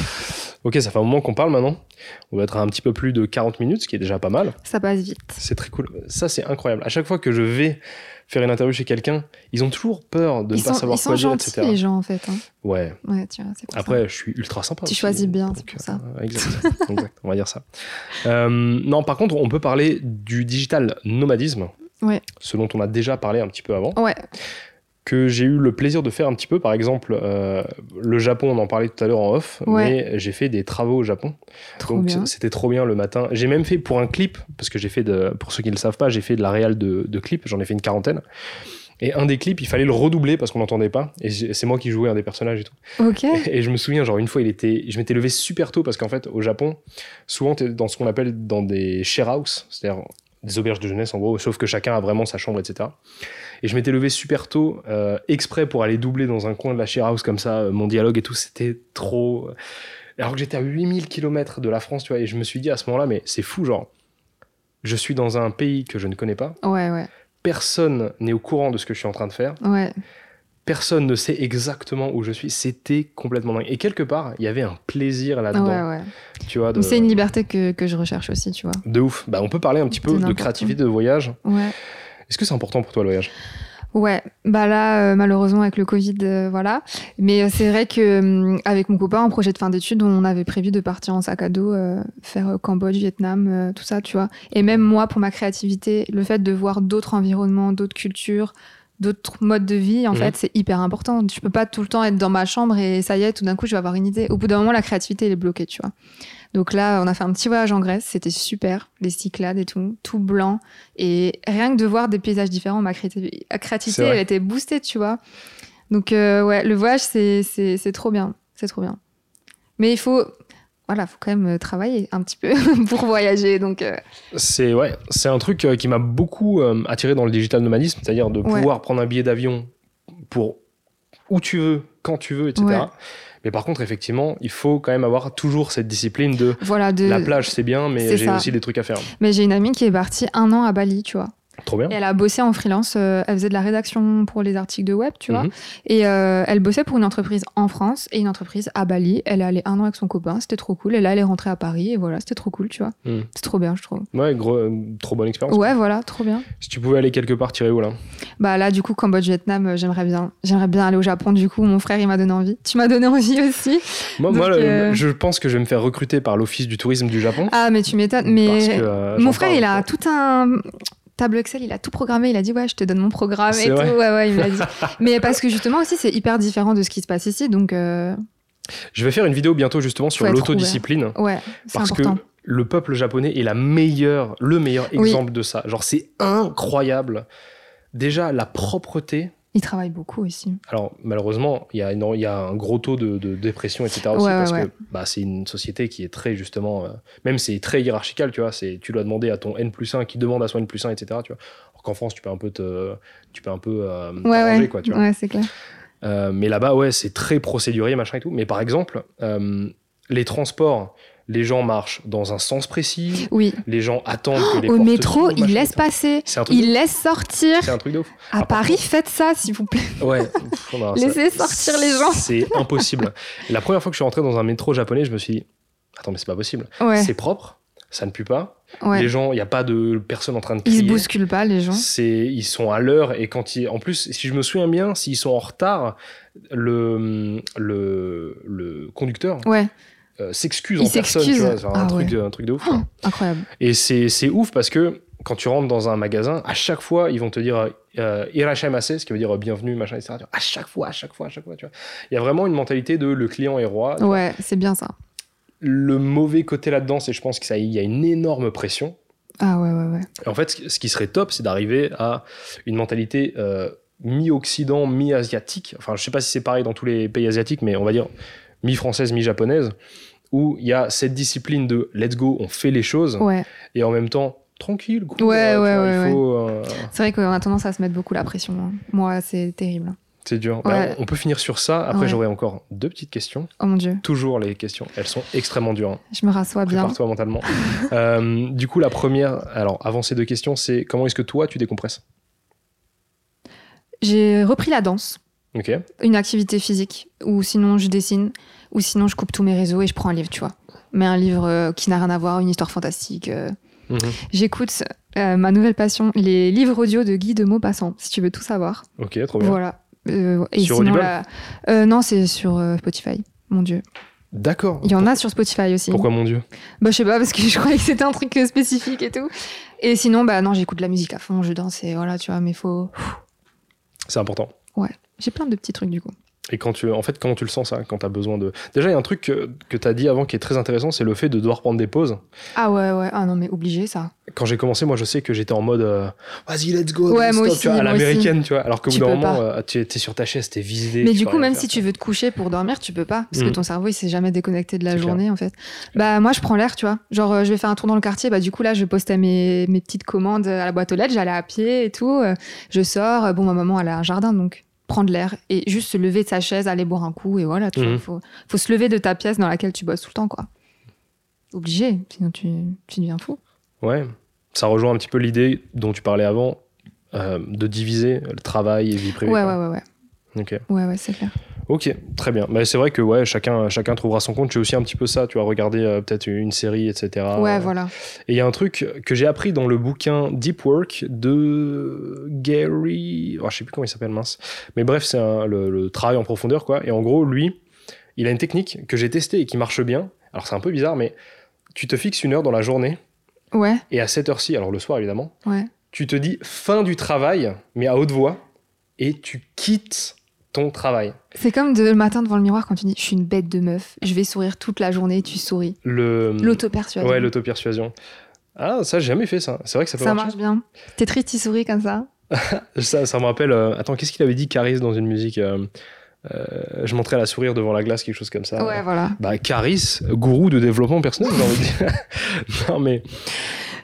S3: Ok, ça fait un moment qu'on parle maintenant. On va être à un petit peu plus de 40 minutes, ce qui est déjà pas mal.
S1: Ça passe vite.
S3: C'est très cool. Euh, Ça, c'est incroyable. À chaque fois que je vais faire une interview chez quelqu'un, ils ont toujours peur de
S1: Ils
S3: ne pas
S1: sont,
S3: savoir
S1: ils
S3: quoi
S1: sont
S3: dire,
S1: gentils, les
S3: etc.
S1: gens, en fait. hein.
S3: Ouais.
S1: Ouais, tu vois, c'est pour ça.
S3: Après, je suis ultra sympa.
S1: Tu
S3: aussi,
S1: choisis bien,
S3: donc,
S1: c'est pour
S3: euh,
S1: ça.
S3: exact, exact, on va dire ça. Euh, non, par contre, on peut parler du digital nomadisme,
S1: Ouais.
S3: ce dont on a déjà parlé un petit peu avant,
S1: Ouais,
S3: que j'ai eu le plaisir de faire un petit peu. Par exemple, euh, le Japon, on en parlait tout à l'heure en off,
S1: Ouais.
S3: mais j'ai fait des travaux au Japon.
S1: trop
S3: Donc
S1: bien.
S3: c- c'était trop bien le matin. J'ai même fait pour un clip, parce que j'ai fait, de, pour ceux qui ne le savent pas, j'ai fait de la réal de, de clips, j'en ai fait une quarantaine. Et un des clips, il fallait le redoubler parce qu'on n'entendait pas. Et j'ai- c'est moi qui jouais un des personnages et tout.
S1: Ok.
S3: Et je me souviens, genre une fois, il était, je m'étais levé super tôt parce qu'en fait, au Japon, souvent, t'es dans ce qu'on appelle dans des share house, c'est-à-dire des auberges de jeunesse en gros, sauf que chacun a vraiment sa chambre, etc. Et je m'étais levé super tôt, euh, exprès pour aller doubler dans un coin de la share house comme ça, euh, mon dialogue et tout, c'était trop. euh, Alors que j'étais à 8000 km de la France, tu vois, et je me suis dit à ce moment-là, mais c'est fou, genre, je suis dans un pays que je ne connais pas,
S1: Ouais, ouais,
S3: personne n'est au courant de ce que je suis en train de faire
S1: ouais.
S3: personne ne sait exactement où je suis. C'était complètement dingue. Et quelque part, il y avait un plaisir là-dedans.
S1: Ouais, ouais.
S3: Tu vois, de,
S1: Mais C'est une liberté que, que je recherche aussi, tu vois.
S3: de ouf. Bah, on peut parler un petit
S1: De
S3: peu de
S1: n'importe
S3: créativité, de voyage.
S1: Ouais.
S3: Est-ce que c'est important pour toi le voyage
S1: Ouais, bah là, euh, malheureusement, avec le Covid, euh, voilà. Mais euh, c'est vrai que hum, avec mon copain, en projet de fin d'études, on avait prévu de partir en sac à dos, euh, faire euh, Cambodge, Vietnam, euh, tout ça, tu vois. Et même moi, pour ma créativité, le fait de voir d'autres environnements, d'autres cultures, d'autres modes de vie, en
S3: Mhm.
S1: fait, c'est hyper important. Je peux pas tout le temps être dans ma chambre et ça y est, tout d'un coup, je vais avoir une idée. Au bout d'un moment, la créativité, elle est bloquée, tu vois. Donc là, on a fait un petit voyage en Grèce, c'était super, les Cyclades et tout, tout blanc. Et rien que de voir des paysages différents, ma créati- la
S3: C'est
S1: créativité,
S3: vrai.
S1: elle était boostée, tu vois. Donc euh, ouais, le voyage, c'est- c'est c'est trop bien, c'est trop bien. Mais il faut, voilà, faut quand même euh, travailler un petit peu pour voyager, donc euh,
S3: C'est ouais, c'est un truc euh, qui m'a beaucoup euh, attiré dans le digital nomadisme, c'est-à-dire de
S1: Ouais.
S3: pouvoir prendre un billet d'avion pour où tu veux, quand tu veux, etc.
S1: Ouais.
S3: Mais par contre, effectivement, il faut quand même avoir toujours cette discipline de
S1: voilà. De...
S3: la plage, c'est bien, mais
S1: c'est
S3: j'ai
S1: ça.
S3: aussi des trucs à faire.
S1: Mais j'ai une amie qui est partie un an à Bali, tu vois.
S3: Trop bien.
S1: Et elle a bossé en freelance, euh, elle faisait de la rédaction pour les articles de web, tu vois.
S3: Mhm.
S1: Et euh, elle bossait pour une entreprise en France et une entreprise à Bali. Elle est allée un an avec son copain, c'était trop cool. Et là, elle est rentrée à Paris et voilà, c'était trop cool, tu vois.
S3: Mhm.
S1: C'est trop bien, je trouve.
S3: Ouais, gros, euh, trop bonne expérience.
S1: Ouais, voilà, trop bien.
S3: Si tu pouvais aller quelque part, tirer où là
S1: Bah là, du coup, Cambodge, Vietnam, euh, j'aimerais bien. J'aimerais bien aller au Japon, du coup. Mon frère, il m'a donné envie. Tu m'as donné envie aussi.
S3: Moi,
S1: Donc,
S3: moi, le-
S1: euh,
S3: je pense que je vais me faire recruter par l'Office du tourisme du Japon.
S1: Ah, mais tu m'étonnes.
S3: parce
S1: Mais
S3: que, euh, j'en
S1: mon frère,
S3: parle.
S1: il a tout un tableau Excel, il a tout programmé. Il a dit, ouais, je te donne mon programme
S3: C'est
S1: et tout.
S3: vrai.
S1: Ouais, ouais, il m'a dit. mais parce que justement aussi, c'est hyper différent de ce qui se passe ici. Donc, euh,
S3: Je vais faire une vidéo bientôt justement sur
S1: Faut être
S3: l'autodiscipline.
S1: ouais, c'est
S3: Parce
S1: important.
S3: que le peuple japonais est la meilleure, le meilleur exemple de ça. Genre, c'est incroyable. Déjà, la propreté.
S1: Il travaille beaucoup aussi.
S3: Alors, malheureusement, il y, a éno- il y a un gros taux de, de dépression, etc. aussi,
S1: Ouais, ouais,
S3: parce
S1: ouais.
S3: que bah, c'est une société qui est très, justement, euh, même c'est très hiérarchical, tu vois. c'est- Tu dois demander à ton N plus 1 qui demande à son N plus 1, etc. Tu vois. Alors qu'en France, tu peux un peu te. Tu peux un peu. euh,
S1: Ouais,
S3: t'arranger,
S1: ouais.
S3: quoi, tu vois.
S1: ouais, c'est clair.
S3: Euh, mais là-bas, ouais, c'est très procédurier, machin et tout. Mais par exemple, euh, les transports, les gens marchent dans un sens précis,
S1: Oui.
S3: les gens attendent que les
S1: Au
S3: portes
S1: métro,
S3: s'ouvrent,
S1: ils
S3: machin,
S1: laissent
S3: tout.
S1: passer.
S3: C'est un truc de
S1: Ils laissent sortir.
S3: ouf. C'est un truc de ouf.
S1: À
S3: par
S1: Paris, faites ça, s'il vous plaît.
S3: Ouais. pff, on a ça.
S1: Laissez sortir les gens.
S3: C'est impossible. La première fois que je suis rentré dans un métro japonais, je me suis dit, attends, mais c'est pas possible.
S1: Ouais.
S3: C'est propre, ça ne pue pas.
S1: ouais.
S3: Les gens, il n'y a pas de personne en train de
S1: Ils
S3: crier.
S1: se bousculent pas, les gens.
S3: C'est, ils sont à l'heure et quand ils, en plus, si je me souviens bien, s'ils sont en retard, le, le, le conducteur
S1: Ouais.
S3: euh, s'excuse
S1: Il
S3: en personne. tu
S1: s'excuse.
S3: vois, c'est un,
S1: Ah
S3: truc, de- un truc de ouf.
S1: Oh,
S3: quoi.
S1: incroyable.
S3: Et c'est, c'est ouf parce que quand tu rentres dans un magasin, à chaque fois, ils vont te dire euh, irashaimase, ce qui veut dire euh, bienvenue, machin, etc. Tu vois, à chaque fois, à chaque fois, à chaque fois. Tu vois. Il y a vraiment une mentalité de le client est roi.
S1: Ouais, c'est bien ça.
S3: Le mauvais côté là-dedans, c'est je pense que ça, il y a une énorme pression.
S1: Ah ouais, ouais, ouais.
S3: Et en fait, ce qui- ce qui serait top, c'est d'arriver à une mentalité euh, mi-Occident, mi-Asiatique. Enfin, je sais pas si c'est pareil dans tous les pays asiatiques, mais on va dire mi-française, mi-japonaise, où il y a cette discipline de let's go, on fait les choses,
S1: Ouais.
S3: et en même temps, tranquille, cool,
S1: Ouais,
S3: tu
S1: ouais,
S3: vois,
S1: ouais,
S3: il faut, euh,
S1: C'est vrai qu'on a tendance à se mettre beaucoup la pression. hein. Moi, c'est terrible.
S3: c'est dur. Bah,
S1: Ouais.
S3: on peut finir sur ça. Après,
S1: Ouais.
S3: j'aurais encore deux petites questions.
S1: Oh mon dieu,
S3: Toujours les questions, elles sont extrêmement dures. hein.
S1: je me rassois bien.
S3: Prépare-toi mentalement. Euh, du coup, la première, alors avant ces deux questions, c'est comment est-ce que toi, tu décompresses
S1: J'ai repris la danse,
S3: Ok.
S1: une activité physique, ou sinon je dessine, ou sinon je coupe tous mes réseaux et je prends un livre, tu vois. Mais un livre euh, qui n'a rien à voir, une histoire fantastique. euh.
S3: Mhm.
S1: J'écoute euh, ma nouvelle passion, les livres audio de Guy de Maupassant, si tu veux tout savoir.
S3: Ok, trop bien.
S1: Voilà. Euh, et
S3: Sur
S1: sinon,
S3: Audible
S1: la- euh, Non, c'est sur euh, Spotify. Mon dieu.
S3: D'accord.
S1: Il y en a sur Spotify aussi.
S3: Pourquoi mon dieu
S1: Bah, je sais pas, parce que je croyais que c'était un truc euh, spécifique et tout. Et sinon, bah non, j'écoute de la musique à fond, je danse et voilà, tu vois, mais faut.
S3: C'est important.
S1: J'ai plein de petits trucs du coup.
S3: Et quand tu, en fait, comment tu le sens ça Quand tu as besoin de. Déjà, il y a un truc que, tu as dit avant qui est très intéressant, c'est le fait de devoir prendre des pauses.
S1: Ah ouais, ouais, ah non, mais obligé ça.
S3: Quand j'ai commencé, moi, je sais que j'étais en mode euh, vas-y, let's go,
S1: Ouais,
S3: non-stop,
S1: moi aussi,
S3: tu vois, à
S1: moi
S3: l'américaine, tu vois. Alors qu'au bout
S1: Tu
S3: d'un
S1: peux
S3: moment,
S1: pas.
S3: euh, tu es sur ta chaise, t'es visé.
S1: mais
S3: tu
S1: du
S3: peux
S1: coup,
S3: rien
S1: même
S3: faire.
S1: si tu veux te coucher pour dormir, tu peux pas, parce
S3: Mhm.
S1: que ton cerveau, il s'est jamais déconnecté de la
S3: C'est clair.
S1: journée en fait. Bah, moi, je prends l'air, tu vois. Genre, euh, je vais faire un tour dans le quartier, bah, du coup, là, je postais mes, mes petites commandes à la boîte aux lettres, j'allais à pied et tout. euh, Je sors, euh, bon, ma maman, elle a un jardin donc. Prendre l'air et juste se lever de sa chaise, aller boire un coup, et voilà, tu vois,
S3: Mhm.
S1: faut, faut se lever de ta pièce dans laquelle tu bosses tout le temps, quoi. Obligé, sinon tu, tu deviens fou.
S3: Ouais. Ça rejoint un petit peu l'idée dont tu parlais avant, euh, de diviser le travail et vie privée.
S1: ouais, ouais,
S3: quoi.
S1: ouais, ouais,
S3: Ok.
S1: ouais, ouais, c'est clair.
S3: Ok, très bien. Mais c'est vrai que ouais, chacun, chacun trouvera son compte. J'ai aussi un petit peu ça, tu vois, regarder euh, peut-être une série, etc.
S1: ouais,
S3: Euh,
S1: voilà.
S3: Et il y a un truc que j'ai appris dans le bouquin Deep Work de Gary. oh, je sais plus comment il s'appelle, mince. Mais bref, c'est un- le, le travail en profondeur, quoi. Et en gros, lui, il a une technique que j'ai testée et qui marche bien. Alors, c'est un peu bizarre, mais tu te fixes une heure dans la journée
S1: Ouais,
S3: et à cette heure-ci, alors le soir évidemment,
S1: ouais.
S3: tu te dis fin du travail, mais à haute voix, et tu quittes ton travail.
S1: C'est comme de, le matin devant le miroir quand tu dis je suis une bête de meuf, je vais sourire toute la journée, tu souris.
S3: Le...
S1: L'auto-persuasion.
S3: Hmm. Ouais, l'auto-persuasion. Ah, ça, j'ai jamais fait ça. C'est vrai que ça peut
S1: ça
S3: marcher.
S1: marche bien. T'es triste, tu souris comme ça.
S3: Ça, ça me rappelle. euh, attends, qu'est-ce qu'il avait dit Caris dans une musique euh, euh, Je montrais la sourire devant la glace, quelque chose comme ça.
S1: Ouais, voilà.
S3: Bah, Caris, gourou de développement personnel, j'ai envie de dire. non, mais.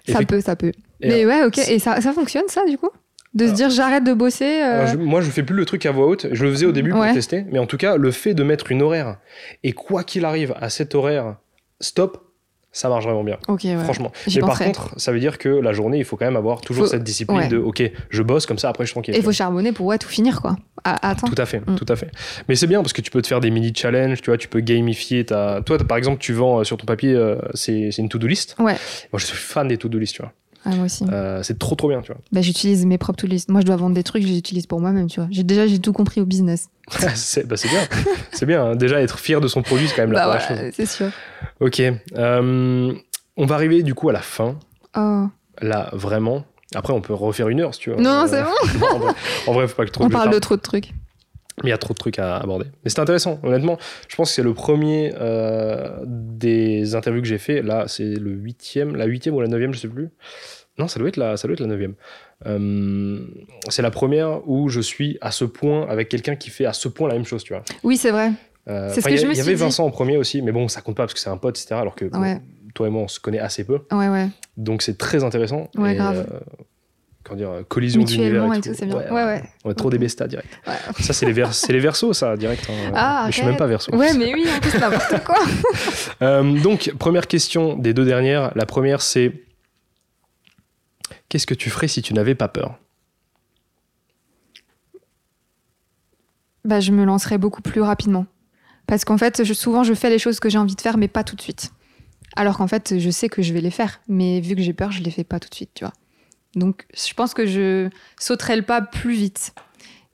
S1: Ça
S3: Effect-
S1: peut, ça peut.
S3: Et
S1: Mais ouais, ok.
S3: c'est-
S1: Et ça, ça fonctionne, ça, du coup De se
S3: Ah.
S1: dire j'arrête de bosser. euh,
S3: Alors, je- moi, je fais plus le truc à voix haute. Je le faisais au début pour
S1: Ouais.
S3: tester, mais en tout cas, le fait de mettre une horaire et quoi qu'il arrive à cet horaire, stop, ça marche vraiment bien.
S1: Ok, ouais.
S3: Franchement.
S1: J'y
S3: Mais par
S1: penserai.
S3: contre, ça veut dire que la journée, il faut quand même avoir toujours
S1: Faut-
S3: cette discipline
S1: ouais.
S3: de OK, je bosse comme ça, après je suis tranquille.
S1: Et faut charbonner pour ouais, tout finir, quoi. Ah, attends.
S3: Tout à fait,
S1: Mm.
S3: tout à fait. Mais c'est bien parce que tu peux te faire des mini challenges, tu vois, tu peux gamifier ta. Toi, t'as- par exemple, tu vends euh, sur ton papier, euh, c'est c'est une to-do list.
S1: Ouais.
S3: Moi, je suis fan des to-do list, tu vois.
S1: Ah, moi aussi.
S3: Euh, c'est trop, trop bien, tu vois.
S1: Bah, j'utilise mes propres to-do list. Moi, je dois vendre des trucs, je les utilise pour moi-même, tu vois. J'ai déjà, j'ai tout compris au business.
S3: c'est bah, c'est bien. c'est bien. hein. Déjà, être fier de son produit, c'est quand même la
S1: bah,
S3: première chose.
S1: voilà, c'est sûr.
S3: Ok. euh, on va arriver du coup à la fin.
S1: Oh.
S3: Là, vraiment. Après, on peut refaire une heure si tu veux.
S1: Non, c'est
S3: bon. en, vrai, en vrai, faut pas que je trouve
S1: On
S3: que je
S1: parle
S3: parle.
S1: de trop de trucs.
S3: Mais il y a trop de trucs à aborder. Mais c'est intéressant, honnêtement. Je pense que c'est le premier euh, des interviews que j'ai fait. Là, c'est le huitième, la huitième ou la neuvième, je sais plus. Non, ça doit être la, ça doit être la neuvième. Euh, c'est la première où je suis à ce point avec quelqu'un qui fait à ce point la même chose, tu vois.
S1: Oui, c'est vrai.
S3: Euh,
S1: C'est ce
S3: enfin,
S1: que
S3: il y a-
S1: je me
S3: Il y
S1: suis
S3: avait
S1: dit.
S3: Vincent en premier aussi, mais bon, ça compte pas parce que c'est un pote, etc. Alors que bon,
S1: Ouais.
S3: toi et moi, on se connaît assez peu.
S1: Ouais, ouais.
S3: Donc c'est très intéressant.
S1: Ouais,
S3: et,
S1: grave.
S3: euh, comment dire, euh, collision
S1: Mutuellement
S3: d'univers.
S1: et tout, c'est bien. Ouais, ouais.
S3: On est trop des bestas direct.
S1: Ouais.
S3: Ça, c'est les, vers- c'est les versos, ça, direct. hein.
S1: Ah,
S3: Mais je suis même
S1: arrête.
S3: pas verso.
S1: Ouais, mais oui, en plus, n'importe quoi.
S3: Euh, donc, première question des deux dernières. La première, c'est Qu'est-ce que tu ferais si tu n'avais pas peur
S1: bah, je me lancerai beaucoup plus rapidement. Parce qu'en fait, je- souvent, je fais les choses que j'ai envie de faire, mais pas tout de suite. Alors qu'en fait, je sais que je vais les faire, mais vu que j'ai peur, je les fais pas tout de suite, tu vois. Donc, je pense que je sauterai le pas plus vite.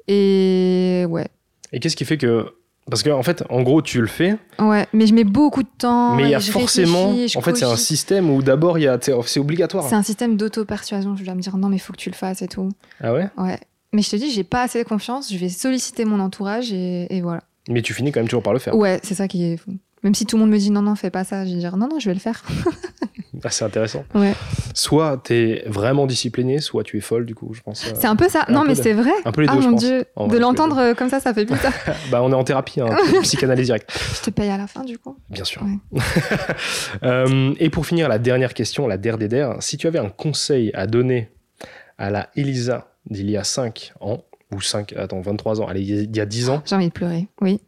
S1: Et ouais,
S3: Et qu'est-ce qui fait que. Parce qu'en fait, en gros, tu le fais,
S1: ouais, mais je mets beaucoup de temps.
S3: mais il y a
S1: Oh, je
S3: forcément.
S1: réfléchis, je
S3: En fait, c'est un
S1: cogite.
S3: système où d'abord, il y a... t'es- c'est obligatoire.
S1: C'est un système d'auto-persuasion. Je dois me dire non, mais faut que tu le fasses et tout.
S3: Ah ouais
S1: Ouais. Mais je te dis, j'ai pas assez confiance. Je vais solliciter mon entourage et, et voilà.
S3: Mais tu finis quand même toujours par le faire.
S1: Ouais, c'est ça qui est fou. Même si tout le monde me dit non, non, fais pas ça, je vais dire non, non, je vais le faire.
S3: Ah, c'est intéressant.
S1: Ouais.
S3: Soit t'es vraiment discipliné, soit tu es folle, du coup, je pense. euh,
S1: C'est un peu ça.
S3: Un
S1: non,
S3: peu
S1: mais
S3: de-
S1: c'est vrai.
S3: un peu les
S1: ah
S3: deux, je
S1: mon
S3: pense.
S1: dieu,
S3: En vrai,
S1: de
S3: c'est
S1: l'entendre euh, comme ça, ça fait plus ça.
S3: Bah, on est en thérapie, hein, psychanalyse directe.
S1: je te paye à la fin du coup.
S3: Bien sûr. Euh, et pour finir, la dernière question, la der des der. Si tu avais un conseil à donner à la Elisa d'il y a 5 ans, ou 5, attends, 23 ans, allez, il y a 10 ans.
S1: J'ai envie de pleurer. Oui.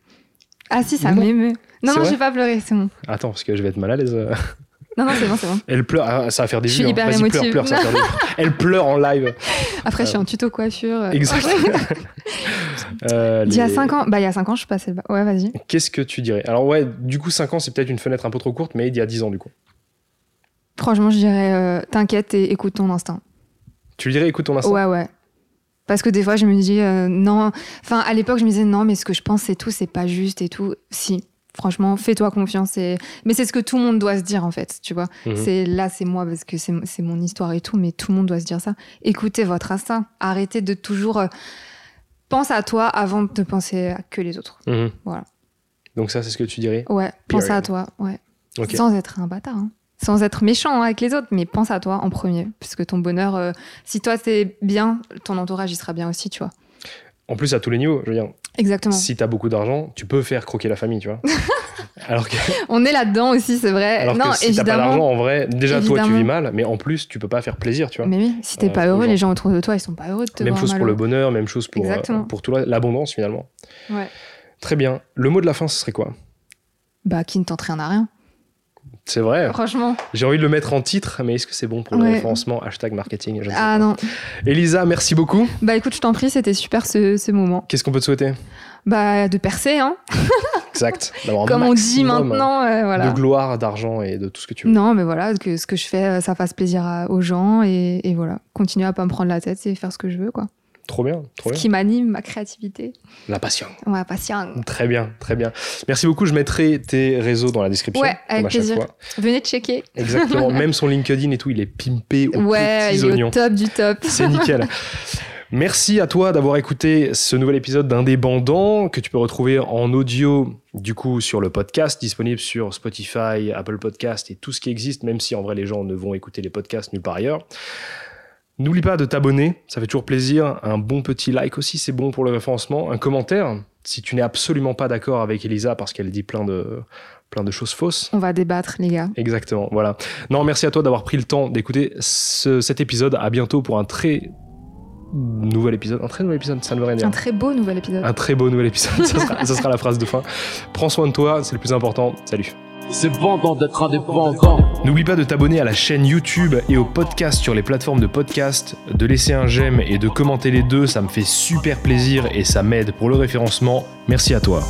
S1: Ah si, ça
S3: Non.
S1: m'émeut. Non,
S3: C'est
S1: non,
S3: vrai
S1: je vais pas pleurer, c'est bon.
S3: Attends, parce que je vais être mal à l'aise. euh.
S1: Non, non, c'est bon, c'est bon.
S3: Elle pleure, ah, ça va faire des
S1: Je suis
S3: vues. hein.
S1: hyper
S3: Vas-y, pleure,
S1: émotive.
S3: pleure, ça va faire des vues. Elle pleure en live.
S1: Après, je suis en tuto coiffure. euh.
S3: Ah Exact. Euh,
S1: Il y a
S3: les-
S1: 5 ans, bah il y a 5 ans, je passais le bac. Ouais, vas-y.
S3: Qu'est-ce que tu dirais Alors, ouais, du coup, 5 ans, c'est peut-être une fenêtre un peu trop courte, mais il y a 10 ans, du coup.
S1: Franchement, je dirais euh, t'inquiète et écoute ton instinct.
S3: Tu lui dirais, écoute ton instinct.
S1: Ouais, ouais. Parce que des fois, je me dis euh, non. Enfin, à l'époque, je me disais non, mais ce que je pense, c'est tout, c'est pas juste et tout. Si, franchement, fais-toi confiance. Et... Mais c'est ce que tout le monde doit se dire en fait, tu vois.
S3: Mhm.
S1: C'est là, c'est moi parce que c'est c'est mon histoire et tout, mais tout le monde doit se dire ça. Écoutez votre instinct. Arrêtez de toujours euh, pense à toi avant de penser à que les autres.
S3: Mhm.
S1: Voilà.
S3: Donc, ça, c'est ce que tu dirais.
S1: Ouais, pense
S3: Period.
S1: à toi. Ouais.
S3: Ok.
S1: Sans être un bâtard. hein. Sans être méchant hein, avec les autres, mais pense à toi en premier. Parce que ton bonheur, euh, si toi t'es bien, ton entourage il sera bien aussi, tu vois.
S3: En plus, à tous les niveaux, je veux dire,
S1: Exactement.
S3: si t'as beaucoup d'argent, tu peux faire croquer la famille, tu vois. Alors que,
S1: On est là-dedans aussi, c'est vrai.
S3: alors que
S1: Euh, non,
S3: si t'as pas d'argent,
S1: évidemment.
S3: en vrai, déjà, toi, tu
S1: Évidemment.
S3: vis mal, mais en plus, tu peux pas faire plaisir, tu vois.
S1: mais oui, si t'es
S3: Euh,
S1: pas heureux,
S3: genre-
S1: les gens autour de toi, ils sont pas heureux de te
S3: Même
S1: voir
S3: chose pour le
S1: malheureux.
S3: bonheur, même chose pour, euh,
S1: Exactement.
S3: pour tout le- l'abondance, finalement.
S1: Ouais.
S3: Très bien. Le mot de la fin, ce serait quoi
S1: Bah, qui ne tente rien à rien.
S3: C'est vrai.
S1: Franchement.
S3: J'ai envie de le mettre en titre, mais est-ce que c'est bon pour le
S1: Ouais.
S3: référencement Hashtag marketing. je ne sais
S1: Ah
S3: pas.
S1: non.
S3: Elisa, merci beaucoup.
S1: Bah écoute, je t'en prie, c'était super ce, ce moment.
S3: Qu'est-ce qu'on peut te souhaiter
S1: Bah, de percer, hein.
S3: Exact. D'avoir un
S1: Comme on dit
S3: maximum hein.
S1: maintenant, euh, voilà.
S3: De gloire, d'argent et de tout ce que tu veux.
S1: Non, mais voilà, que ce que je fais, euh, ça fasse plaisir à- aux gens et, et voilà. Continuer à pas me prendre la tête et faire ce que je veux, quoi.
S3: Trop bien,
S1: Ce
S3: trop bien.
S1: qui m'anime, ma créativité.
S3: La passion.
S1: Ouais, patient.
S3: Très bien, très bien. Merci beaucoup. Je mettrai tes réseaux dans la description.
S1: Ouais, avec
S3: comme à chaque
S1: plaisir.
S3: fois.
S1: Venez checker.
S3: Exactement. Même son LinkedIn et tout, il est pimpé aux
S1: Ouais,
S3: petits
S1: il est
S3: oignons.
S1: au top du top.
S3: C'est nickel. Merci à toi d'avoir écouté ce nouvel épisode d'Indépendant que tu peux retrouver en audio du coup sur le podcast disponible sur Spotify, Apple Podcast et tout ce qui existe même si en vrai les gens ne vont écouter les podcasts nulle part ailleurs. N'oublie pas de t'abonner, ça fait toujours plaisir, un bon petit like aussi, c'est bon pour le référencement, un commentaire si tu n'es absolument pas d'accord avec Elisa parce qu'elle dit plein de plein de choses fausses.
S1: On va débattre, les gars.
S3: Exactement, voilà. Non, merci à toi d'avoir pris le temps d'écouter ce- cet épisode. À bientôt pour un très nouvel épisode. Un très nouvel épisode, ça ne veut rien dire.
S1: Un très beau nouvel épisode.
S3: Un très beau nouvel épisode, ça sera, ça sera la phrase de fin. Prends soin de toi, c'est le plus important. Salut.
S2: C'est pendant d'être indépendant.
S3: N'oublie pas de t'abonner à la chaîne YouTube et au podcast sur les plateformes de podcast, de laisser un j'aime et de commenter les deux, ça me fait super plaisir et ça m'aide pour le référencement. Merci à toi.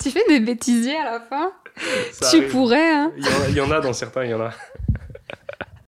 S1: Tu fais des bêtisiers à la fin Tu pourrais, hein hein.
S3: Il y en a dans certains, il y en a.